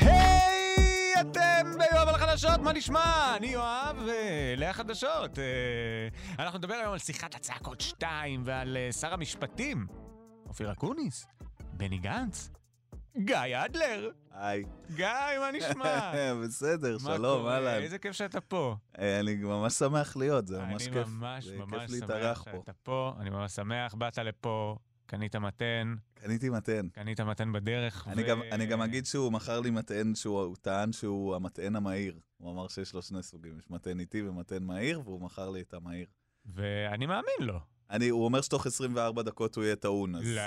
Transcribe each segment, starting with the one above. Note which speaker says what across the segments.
Speaker 1: היי, אתם ביואב על החדשות, מה נשמע? אני יואב, ולאה חדשות. אה, אנחנו נדבר היום על שיחת הצעקות 2 ועל אה, שר המשפטים, אופיר אקוניס, בני גנץ, גיא אדלר.
Speaker 2: היי.
Speaker 1: גיא, מה נשמע?
Speaker 2: בסדר,
Speaker 1: אה, מה
Speaker 2: שלום,
Speaker 1: קורה?
Speaker 2: אהלן.
Speaker 1: איזה כיף שאתה פה.
Speaker 2: אה, אני ממש שמח להיות, זה ממש
Speaker 1: אני
Speaker 2: כיף.
Speaker 1: ממש
Speaker 2: זה
Speaker 1: ממש
Speaker 2: כיף
Speaker 1: שמח
Speaker 2: להתארח פה.
Speaker 1: שאתה פה, אני ממש שמח, באת לפה, קנית מתן,
Speaker 2: קניתי מטען.
Speaker 1: קנית מתן בדרך.
Speaker 2: אני
Speaker 1: ו-
Speaker 2: גם- אני גם אגיד שהוא מכר לי מטען שהוא הוא טען שהוא המטען המהיר. הוא אמר שיש לו שני סוגים, יש מטען איטי ומטען מהיר, והוא מכר לי את המהיר.
Speaker 1: ואני מאמין לו.
Speaker 2: אני, הוא אומר שתוך 24 דקות הוא יהיה טעון, אז...
Speaker 1: לא.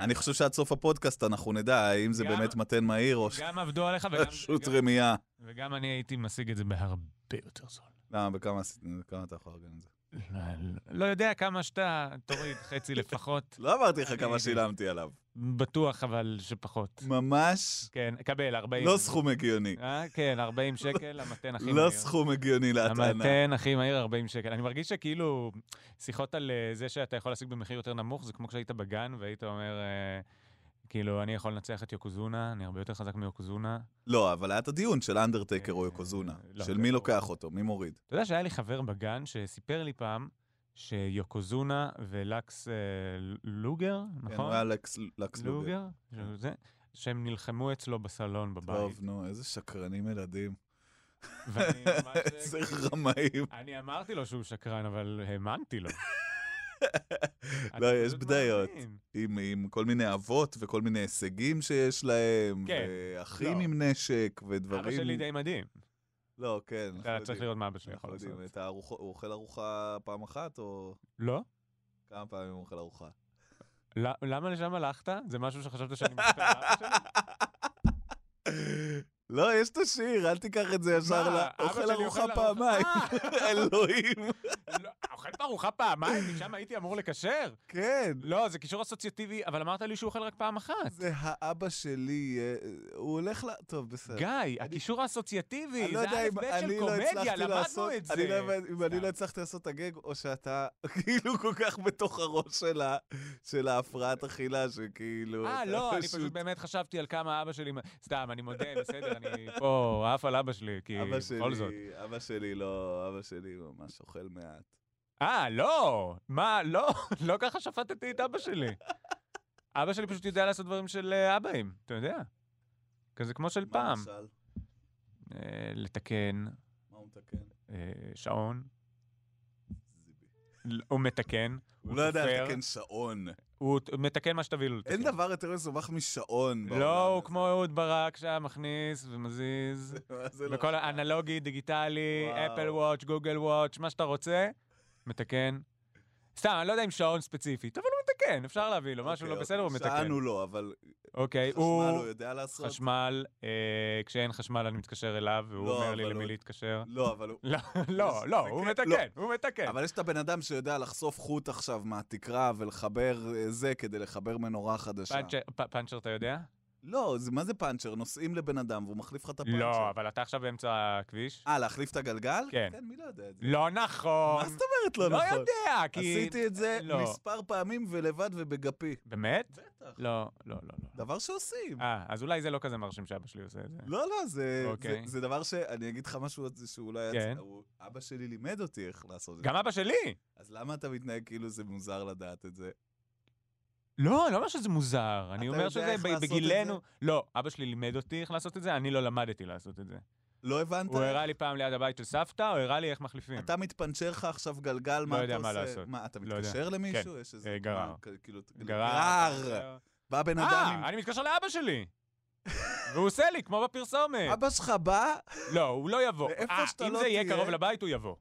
Speaker 2: אני חושב שעד סוף הפודקאסט אנחנו נדע האם זה
Speaker 1: גם-
Speaker 2: באמת מטען מהיר או ש-
Speaker 1: גם עבדו עליך וגם-
Speaker 2: פשוט
Speaker 1: וגם-
Speaker 2: רמייה.
Speaker 1: וגם אני הייתי משיג את זה בהרבה יותר זול.
Speaker 2: למה, בכמה עשית- כמה אתה יכול לארגן את זה?
Speaker 1: לא- לא יודע כמה שאתה, תוריד חצי לפחות,
Speaker 2: לא אמרתי לך
Speaker 1: אני-
Speaker 2: כמה שילמתי עליו.
Speaker 1: בטוח אבל שפחות.
Speaker 2: ממש
Speaker 1: כן, קבל 40.
Speaker 2: לא סכום הגיוני.
Speaker 1: אה, כן, 40 שקל, המתן הכי מהיר.
Speaker 2: לא סכום הגיוני להטענה.
Speaker 1: המתן הכי מהיר 40 שקל. אני מרגיש שכאילו, שיחות על אה, זה שאתה יכול להשיג במחיר יותר נמוך, זה כמו כשהיית בגן והיית אומר, אה, כאילו, אני יכול לנצח את יוקוזונה, אני הרבה יותר חזק מיוקוזונה.
Speaker 2: לא, אבל היה את הדיון של אנדרטייקר או יוקוזונה.
Speaker 1: לא,
Speaker 2: של
Speaker 1: זה
Speaker 2: מי
Speaker 1: לא.
Speaker 2: לוקח אותו, מי מוריד.
Speaker 1: אתה יודע שהיה לי חבר בגן שסיפר לי פעם שיוקוזונה ולקס אה, לוגר,
Speaker 2: כן, הוא
Speaker 1: נכון?
Speaker 2: היה לקס לקס לוגר. כן.
Speaker 1: לוגר, זה, שהם נלחמו אצלו בסלון בבית.
Speaker 2: טוב, נו, איזה שקרנים ילדים.
Speaker 1: ואני ממש...
Speaker 2: איזה רמאים.
Speaker 1: אני אמרתי לו שהוא שקרן, אבל האמנתי לו.
Speaker 2: לא,
Speaker 1: אתה
Speaker 2: יש
Speaker 1: פשוט
Speaker 2: בדיות.
Speaker 1: מאמין.
Speaker 2: עם, עם כל מיני אבות וכל מיני הישגים שיש להם,
Speaker 1: כן,
Speaker 2: ואחים
Speaker 1: לא.
Speaker 2: עם נשק
Speaker 1: אבא
Speaker 2: ודברים...
Speaker 1: שלי די מדהים.
Speaker 2: לא, כן, אנחנו
Speaker 1: אתה צריך
Speaker 2: יודעים.
Speaker 1: לראות מה אבא שלי יכול
Speaker 2: אנחנו יודעים,
Speaker 1: לעשות.
Speaker 2: את הארוחה- הוא אוכל ארוחה פעם אחת, או
Speaker 1: לא?
Speaker 2: כמה פעמים הוא אוכל ארוחה?
Speaker 1: ל- למה לשם הלכת? זה משהו שחשבת שאני מסתכל על אבא שלי?
Speaker 2: לא, יש את השיר, אל תיקח את זה ישר
Speaker 1: מה,
Speaker 2: ל...
Speaker 1: אבא
Speaker 2: אוכל
Speaker 1: שלי
Speaker 2: ארוחה
Speaker 1: אוכל ארוחה-
Speaker 2: פעמיים. אלוהים.
Speaker 1: לא, אוכל בארוחה פעמיים? משם הייתי אמור לקשר?
Speaker 2: כן.
Speaker 1: לא, זה קישור אסוציאטיבי, אבל אמרת לי שהוא אוכל רק פעם אחת.
Speaker 2: זה האבא שלי, אה, הוא הולך ל... טוב, בסדר.
Speaker 1: גיא, הקישור האסוציאטיבי,
Speaker 2: אני לא
Speaker 1: זה
Speaker 2: יודע
Speaker 1: א'
Speaker 2: אם
Speaker 1: ב'
Speaker 2: אני
Speaker 1: של
Speaker 2: לא
Speaker 1: קומדיה,
Speaker 2: הצלחתי
Speaker 1: למדנו
Speaker 2: לעשות-
Speaker 1: את זה.
Speaker 2: אני לא יודע אם אני
Speaker 1: סתם.
Speaker 2: לא הצלחתי לעשות את הגג, או שאתה כאילו כל כך בתוך הראש של ה- של ההפרעת אכילה, שכאילו...
Speaker 1: אה,
Speaker 2: אתה
Speaker 1: לא, אני פשוט באמת חשבתי על כמה אבא שלי... סתם, אני מודה, בסדר, אני פה עף על אבא שלי, כי
Speaker 2: אבא
Speaker 1: אוקיי, בכל זאת.
Speaker 2: שלי, אבא שלי לא, אבא שלי ממש אוכל מעט.
Speaker 1: אה, לא! מה, לא, לא ככה שפטתי את אבא שלי. אבא שלי פשוט יודע לעשות דברים של אה, אבאים, אתה יודע. כזה כמו של
Speaker 2: מה
Speaker 1: פעם.
Speaker 2: למשל?
Speaker 1: אה, לתקן
Speaker 2: מה הוא מתקן?
Speaker 1: אה, שעון,
Speaker 2: זיבי.
Speaker 1: ל- הוא מתקן,
Speaker 2: הוא לא יודע
Speaker 1: סופר.
Speaker 2: לתקן שעון.
Speaker 1: הוא ת- מתקן מה שתביא לו לתקן.
Speaker 2: אין דבר יותר מסובך משעון בעולם.
Speaker 1: לא, הוא
Speaker 2: הזה.
Speaker 1: כמו אהוד ברק שהיה מכניס ומזיז.
Speaker 2: מה זה לא
Speaker 1: וכל
Speaker 2: מסובך?
Speaker 1: האנלוגי, דיגיטלי,
Speaker 2: וואו.
Speaker 1: אפל וואץ', גוגל וואץ', מה שאתה רוצה, מתקן. סתם, אני לא יודע אם שעון ספציפית, אבל הוא מתקן, אפשר להביא לו, משהו
Speaker 2: אוקיי,
Speaker 1: לא בסדר, הוא
Speaker 2: אוקיי.
Speaker 1: מתקן.
Speaker 2: שען הוא לא, אבל
Speaker 1: אוקיי,
Speaker 2: חשמל
Speaker 1: הוא
Speaker 2: הוא יודע לעשות?
Speaker 1: חשמל, אה, כשאין חשמל אני מתקשר אליו, והוא
Speaker 2: לא,
Speaker 1: אומר לי
Speaker 2: אבל הוא-
Speaker 1: למי להתקשר.
Speaker 2: לא, אבל הוא...
Speaker 1: לא, לא, לא, הוא
Speaker 2: זה כן,
Speaker 1: מתקן, הוא מתקן.
Speaker 2: אבל יש את הבן אדם שיודע לחשוף חוט עכשיו מהתקרה ולחבר אה, זה כדי לחבר מנורה חדשה.
Speaker 1: פאנצ'ר- פ- פאנצ'ר אתה יודע?
Speaker 2: לא, זה- מה זה פאנצ'ר? נוסעים לבן אדם והוא מחליף לך את הפאנצ'ר.
Speaker 1: לא, אבל אתה עכשיו באמצע הכביש.
Speaker 2: אה, להחליף את הגלגל?
Speaker 1: כן.
Speaker 2: כן, מי לא יודע את זה?
Speaker 1: לא נכון.
Speaker 2: מה זאת אומרת לא
Speaker 1: לא
Speaker 2: נכון?
Speaker 1: יודע, כי...
Speaker 2: עשיתי את זה
Speaker 1: לא.
Speaker 2: מספר פעמים ולבד ובגפי.
Speaker 1: באמת?
Speaker 2: בטח.
Speaker 1: לא, לא, לא, לא.
Speaker 2: דבר שעושים.
Speaker 1: אה, אז אולי זה לא כזה מרשים שאבא שלי עושה את זה.
Speaker 2: לא, לא, זה,
Speaker 1: אוקיי.
Speaker 2: זה, זה דבר ש... אני אגיד לך משהו זה שאולי... את-
Speaker 1: כן.
Speaker 2: הוא, אבא שלי לימד אותי איך לעשות את זה.
Speaker 1: גם אבא שלי!
Speaker 2: אז למה אתה מתנהג כאילו זה מוזר לדעת את זה?
Speaker 1: לא, אני לא אומר שזה מוזר, אני
Speaker 2: אתה
Speaker 1: אומר
Speaker 2: יודע
Speaker 1: שזה
Speaker 2: איך
Speaker 1: ב-
Speaker 2: לעשות את
Speaker 1: בגילנו... לא, אבא שלי לימד אותי איך לעשות את זה, אני לא למדתי לעשות את זה.
Speaker 2: לא הבנת?
Speaker 1: הוא הראה לי פעם ליד הבית של סבתא, הוא הראה לי איך מחליפים.
Speaker 2: אתה מתפנצ'ר לך עכשיו גלגל, מה אתה
Speaker 1: יודע מה
Speaker 2: עושה?
Speaker 1: לעשות.
Speaker 2: מה, אתה
Speaker 1: לא
Speaker 2: מתקשר למישהו? יש
Speaker 1: אה,
Speaker 2: איזה...
Speaker 1: גרר.
Speaker 2: מה, כ- כאילו... גרר!
Speaker 1: גרר.
Speaker 2: בא בן אדם
Speaker 1: אה,
Speaker 2: עם...
Speaker 1: אני מתקשר לאבא שלי! והוא עושה לי, כמו בפרסומת.
Speaker 2: אבא שלך בא,
Speaker 1: לא, אה. הוא לא יבוא.
Speaker 2: ואיפה
Speaker 1: אה,
Speaker 2: שאתה
Speaker 1: אם
Speaker 2: לא
Speaker 1: זה יהיה
Speaker 2: תהיה-
Speaker 1: קרוב לבית, הוא יבוא.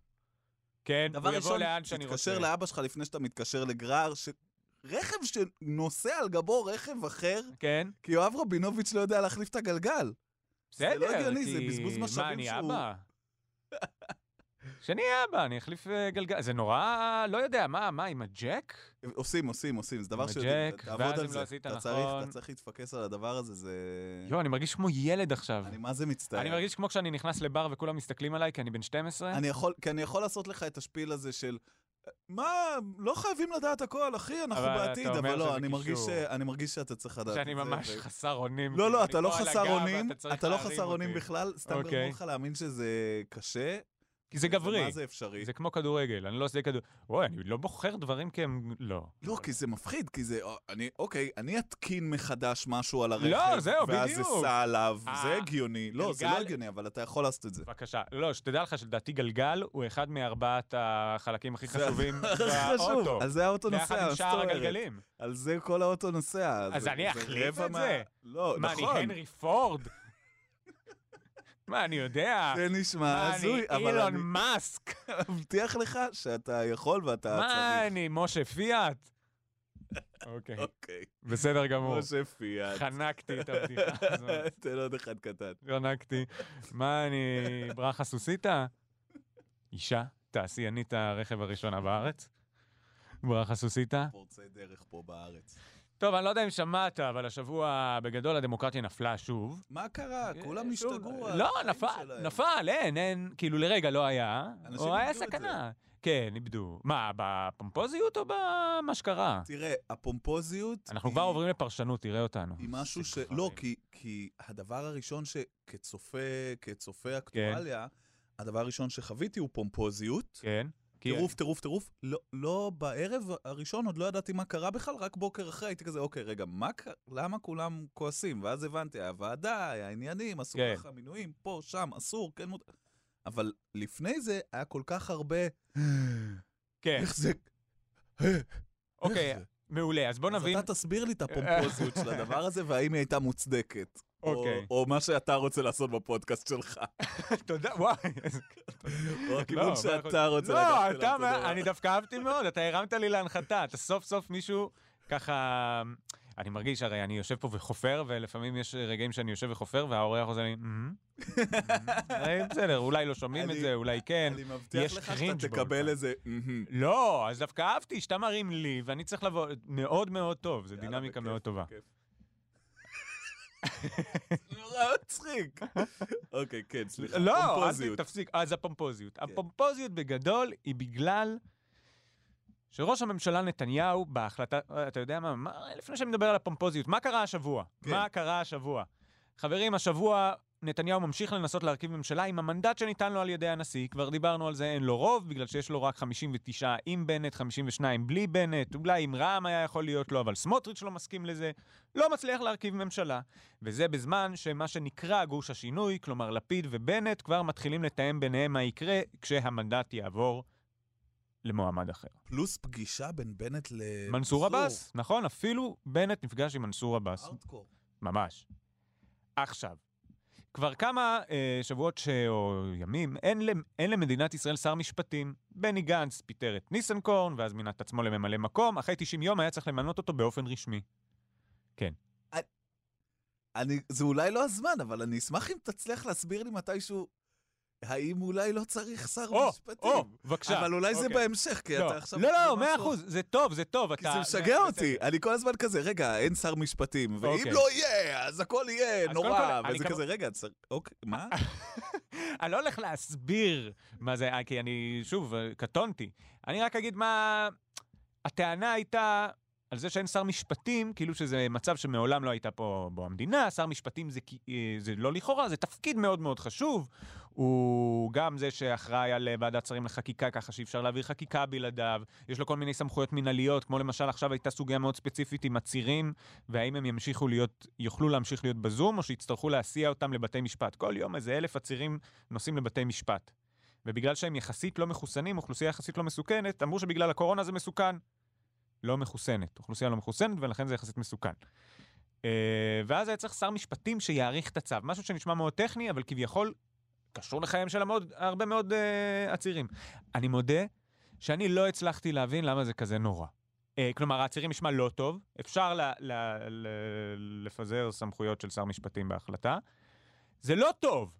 Speaker 1: כן,
Speaker 2: דבר
Speaker 1: הוא יבוא
Speaker 2: ראשון,
Speaker 1: לאן שאני רוצה.
Speaker 2: תתקשר לאבא שלך לפני שאתה מתקשר לגרר, ש... רכב שנוסע על גבו רכב אחר,
Speaker 1: כן,
Speaker 2: כי יואב רבינוביץ' לא יודע להחליף את הגלגל.
Speaker 1: בסדר.
Speaker 2: לא הגיוני, זה
Speaker 1: כי-
Speaker 2: בזבוז משאבים
Speaker 1: מה, אני
Speaker 2: שהוא-
Speaker 1: אבא? שאני אהיה אבא, אני אחליף אה, גלגל. זה נורא, לא יודע, מה, מה, עם הג'ק?
Speaker 2: עושים, עושים, עושים, זה דבר
Speaker 1: עם
Speaker 2: שיודעים,
Speaker 1: הג'ק,
Speaker 2: תעבוד
Speaker 1: ואז
Speaker 2: על
Speaker 1: אם
Speaker 2: זה.
Speaker 1: לא עשית
Speaker 2: אתה
Speaker 1: נכון-
Speaker 2: צריך- אתה צריך להתפקס על הדבר הזה, זה...
Speaker 1: יואו, אני מרגיש כמו ילד עכשיו.
Speaker 2: כן. אני מה זה מצטער.
Speaker 1: אני מרגיש כמו כשאני נכנס לבר וכולם מסתכלים עליי כי אני בן 12.
Speaker 2: אני יכול, כי אני יכול לעשות לך את השפיל הזה של מה, לא חייבים לדעת הכל, אחי, אנחנו
Speaker 1: אבל אתה
Speaker 2: בעתיד,
Speaker 1: אומר
Speaker 2: אבל לא,
Speaker 1: שזה
Speaker 2: אני מרגיש,
Speaker 1: קישור.
Speaker 2: ש- אני מרגיש שאתה צריך לדעת את
Speaker 1: שאני
Speaker 2: זה.
Speaker 1: ממש
Speaker 2: ו-
Speaker 1: חסר אונים.
Speaker 2: לא, לא,
Speaker 1: כאילו,
Speaker 2: אתה לא
Speaker 1: ליפול על
Speaker 2: חסר
Speaker 1: הגב,
Speaker 2: אונים,
Speaker 1: צריך
Speaker 2: אתה לא
Speaker 1: להרים
Speaker 2: חסר אונים
Speaker 1: אותי.
Speaker 2: בכלל, סתם
Speaker 1: אוקיי.
Speaker 2: גרמו לך להאמין שזה קשה.
Speaker 1: כי זה
Speaker 2: ומה
Speaker 1: גברי,
Speaker 2: זה אפשרי.
Speaker 1: זה כמו כדורגל, אני לא עושה כדורגל. וואי, אני לא בוחר דברים כי הם... לא.
Speaker 2: לא, כי זה מפחיד, כי זה... אה, אני, אוקיי, אני אתקין מחדש משהו על הרכב.
Speaker 1: לא, זהו,
Speaker 2: ואז
Speaker 1: בדיוק.
Speaker 2: אסע עליו,
Speaker 1: אה,
Speaker 2: זה הגיוני. לא, זה לא
Speaker 1: גלגל-
Speaker 2: הגיוני, אבל אתה יכול לעשות את זה.
Speaker 1: בבקשה. לא, שתדע לך שלדעתי גלגל הוא אחד מארבעת החלקים הכי
Speaker 2: זה
Speaker 1: חשובים
Speaker 2: הכי חשוב,
Speaker 1: באוטו.
Speaker 2: על זה האוטו נוסע,
Speaker 1: ביחד עם
Speaker 2: מה
Speaker 1: שאר
Speaker 2: זאת אומרת?
Speaker 1: הגלגלים.
Speaker 2: על זה כל האוטו נוסע.
Speaker 1: אז
Speaker 2: זה-
Speaker 1: אני
Speaker 2: זה
Speaker 1: אחליף
Speaker 2: רבע
Speaker 1: את
Speaker 2: מה-
Speaker 1: זה?
Speaker 2: לא,
Speaker 1: מה, אני
Speaker 2: נכון.
Speaker 1: הנרי פורד? מה, אני יודע?
Speaker 2: זה נשמע
Speaker 1: מה,
Speaker 2: הזוי,
Speaker 1: אני
Speaker 2: אבל
Speaker 1: אילון
Speaker 2: אני
Speaker 1: מאסק?
Speaker 2: מבטיח לך שאתה יכול ואתה
Speaker 1: מה,
Speaker 2: צריך.
Speaker 1: אני משה פיאט? אוקיי,
Speaker 2: אוקיי.
Speaker 1: בסדר גמור.
Speaker 2: משה פיאט.
Speaker 1: חנקתי את הבדיחה הזאת.
Speaker 2: תן עוד אחד קטן.
Speaker 1: חנקתי. מה, אני ברכה סוסיתא? אישה, תעשיינית הרכב הראשונה בארץ. ברכה סוסיתא.
Speaker 2: פורצי דרך פה בארץ.
Speaker 1: טוב, אני לא יודע אם שמעת, אבל השבוע בגדול הדמוקרטיה נפלה שוב.
Speaker 2: מה קרה? אה, כולם
Speaker 1: אה, שוב,
Speaker 2: השתגעו. על
Speaker 1: לא,
Speaker 2: החיים
Speaker 1: נפל,
Speaker 2: שלהם.
Speaker 1: נפל, אין, אין, כאילו לרגע לא היה.
Speaker 2: אנשים
Speaker 1: או היה
Speaker 2: איבדו את
Speaker 1: סכנה. כן, איבדו. מה, בפומפוזיות או במה שקרה?
Speaker 2: תראה, הפומפוזיות...
Speaker 1: אנחנו
Speaker 2: היא-
Speaker 1: כבר עוברים לפרשנות, תראה אותנו.
Speaker 2: היא משהו ש...
Speaker 1: איזה
Speaker 2: לא,
Speaker 1: גברים.
Speaker 2: כי, כי הדבר הראשון שכצופה,
Speaker 1: כן.
Speaker 2: כצופה אקטואליה, הדבר הראשון שחוויתי הוא פומפוזיות.
Speaker 1: כן. כי-
Speaker 2: טירוף, טירוף, טירוף. לא, לא בערב הראשון עוד לא ידעתי מה קרה בכלל, רק בוקר אחרי הייתי כזה, אוקיי, רגע, מה קרה? למה כולם כועסים? ואז הבנתי, הוועדה, העניינים, עשו
Speaker 1: כן.
Speaker 2: ככה מינויים, פה, שם, אסור, כן מותר. אבל לפני זה היה כל כך הרבה,
Speaker 1: אה, כן.
Speaker 2: איך זה...
Speaker 1: אוקיי,
Speaker 2: איך זה?
Speaker 1: מעולה, אז בוא נבין. אה,
Speaker 2: אז אתה תסביר לי את הפומפוזיות של הדבר הזה, והאם היא הייתה מוצדקת. או-
Speaker 1: אוקיי.
Speaker 2: או מה שאתה רוצה לעשות בפודקאסט שלך.
Speaker 1: תודה, וואי. איזה-
Speaker 2: או
Speaker 1: לא,
Speaker 2: הכיוון שאתה רוצה
Speaker 1: לא,
Speaker 2: לקחת
Speaker 1: אתה,
Speaker 2: אליו את הדבר.
Speaker 1: אני דווקא אהבתי מאוד, אתה הרמת לי להנחתה, אתה סוף סוף מישהו ככה... אני מרגיש, הרי אני יושב פה וחופר, ולפעמים יש רגעים שאני יושב וחופר, והאורח עוזר לי, "מ-מ, מ-מ." הרי בסדר, אולי לא שומעים את
Speaker 2: אני-
Speaker 1: זה, אולי כן.
Speaker 2: אני מבטיח
Speaker 1: יש
Speaker 2: לך
Speaker 1: cringe
Speaker 2: שאתה תקבל
Speaker 1: באולפן.
Speaker 2: איזה... "מהמם".
Speaker 1: לא, אז דווקא אהבתי שאתה מרים לי, ואני צריך לבוא, מאוד מאוד טוב, זו
Speaker 2: יאללה,
Speaker 1: דינמיקה
Speaker 2: בכיף,
Speaker 1: מאוד טובה.
Speaker 2: בכיף. נורא לא, מצחיק. אוקיי, כן, סליחה.
Speaker 1: לא, אז
Speaker 2: פומפוזיות. כן.
Speaker 1: תפסיק, אז הפומפוזיות. הפומפוזיות בגדול היא בגלל שראש הממשלה נתניהו בהחלטה, אתה יודע מה, מה, לפני שאני מדבר על הפומפוזיות, מה קרה השבוע?
Speaker 2: כן.
Speaker 1: מה קרה השבוע? חברים, השבוע נתניהו ממשיך לנסות להרכיב ממשלה עם המנדט שניתן לו על ידי הנשיא, כבר דיברנו על זה, אין לו רוב, בגלל שיש לו רק 59 עם בנט, 52 בלי בנט, אולי עם רע"מ היה יכול להיות לו, אבל סמוטריץ' לא מסכים לזה, לא מצליח להרכיב ממשלה. וזה בזמן שמה שנקרא גוש השינוי, כלומר לפיד ובנט, כבר מתחילים לתאם ביניהם מה יקרה כשהמנדט יעבור למועמד אחר.
Speaker 2: פלוס פגישה בין בנט ל...
Speaker 1: מנסור עבאס, נכון, אפילו בנט נפגש עם מנסור עבאס.
Speaker 2: הארדקור.
Speaker 1: ממש. עכשיו, כבר כמה אה, שבועות ש... או ימים, אין, למ... אין למדינת ישראל שר משפטים. בני גנץ פיטר את ניסנקורן, ואז מינה את עצמו לממלא מקום, אחרי 90 יום היה צריך למנות אותו באופן רשמי.
Speaker 2: אני, זה אולי לא הזמן, אבל אני אשמח אם תצליח להסביר לי מתישהו, האם אולי לא צריך שר
Speaker 1: או,
Speaker 2: משפטים.
Speaker 1: או, בבקשה.
Speaker 2: אבל אולי זה
Speaker 1: אוקיי.
Speaker 2: בהמשך, כי
Speaker 1: לא,
Speaker 2: אתה עכשיו...
Speaker 1: לא, לא,
Speaker 2: במשהו
Speaker 1: מאה
Speaker 2: אחר.
Speaker 1: אחוז, זה טוב, זה טוב.
Speaker 2: כי
Speaker 1: אתה-
Speaker 2: זה משגע
Speaker 1: בסדר.
Speaker 2: אותי, אני כל הזמן כזה, רגע, אין שר משפטים, ואם
Speaker 1: אוקיי.
Speaker 2: לא יהיה, אז הכל יהיה
Speaker 1: אז קודם
Speaker 2: נורא,
Speaker 1: כל, אני
Speaker 2: וזה
Speaker 1: כמו-
Speaker 2: כזה, רגע, צר- אוקיי, מה?
Speaker 1: אני לא הולך להסביר מה זה, אה, כי אני, שוב, אה, קטונתי. אני רק אגיד מה... הטענה הייתה על זה שאין שר משפטים, כאילו שזה מצב שמעולם לא הייתה פה בו המדינה, שר משפטים זה, כי- אה, זה לא לכאורה, זה תפקיד מאוד מאוד חשוב. הוא גם זה שאחראי על אה, ועדת שרים לחקיקה, ככה שאי אפשר להעביר חקיקה בלעדיו. יש לו כל מיני סמכויות מינהליות, כמו למשל עכשיו הייתה סוגיה מאוד ספציפית עם עצירים, והאם הם ימשיכו להיות, יוכלו להמשיך להיות בזום, או שיצטרכו להסיע אותם לבתי משפט. כל יום איזה אלף עצירים נוסעים לבתי משפט. ובגלל שהם יחסית לא מחוסנים, אוכלוסייה יחסית לא מסוכנת, אמרו שבגלל הקורונה זה מסוכן. לא מחוסנת, אוכלוסייה לא מחוסנת, ולכן זה יחסית מסוכן. אה, ואז היה צריך שר משפטים שיעריך את הצו, משהו שנשמע מאוד טכני, אבל כביכול קשור לחייהם של המאוד, הרבה מאוד אה, עצירים. אני מודה שאני לא הצלחתי להבין למה זה כזה נורא. אה, כלומר, העצירים נשמע לא טוב, אפשר ל, ל, ל, לפזר סמכויות של שר משפטים בהחלטה. זה לא טוב,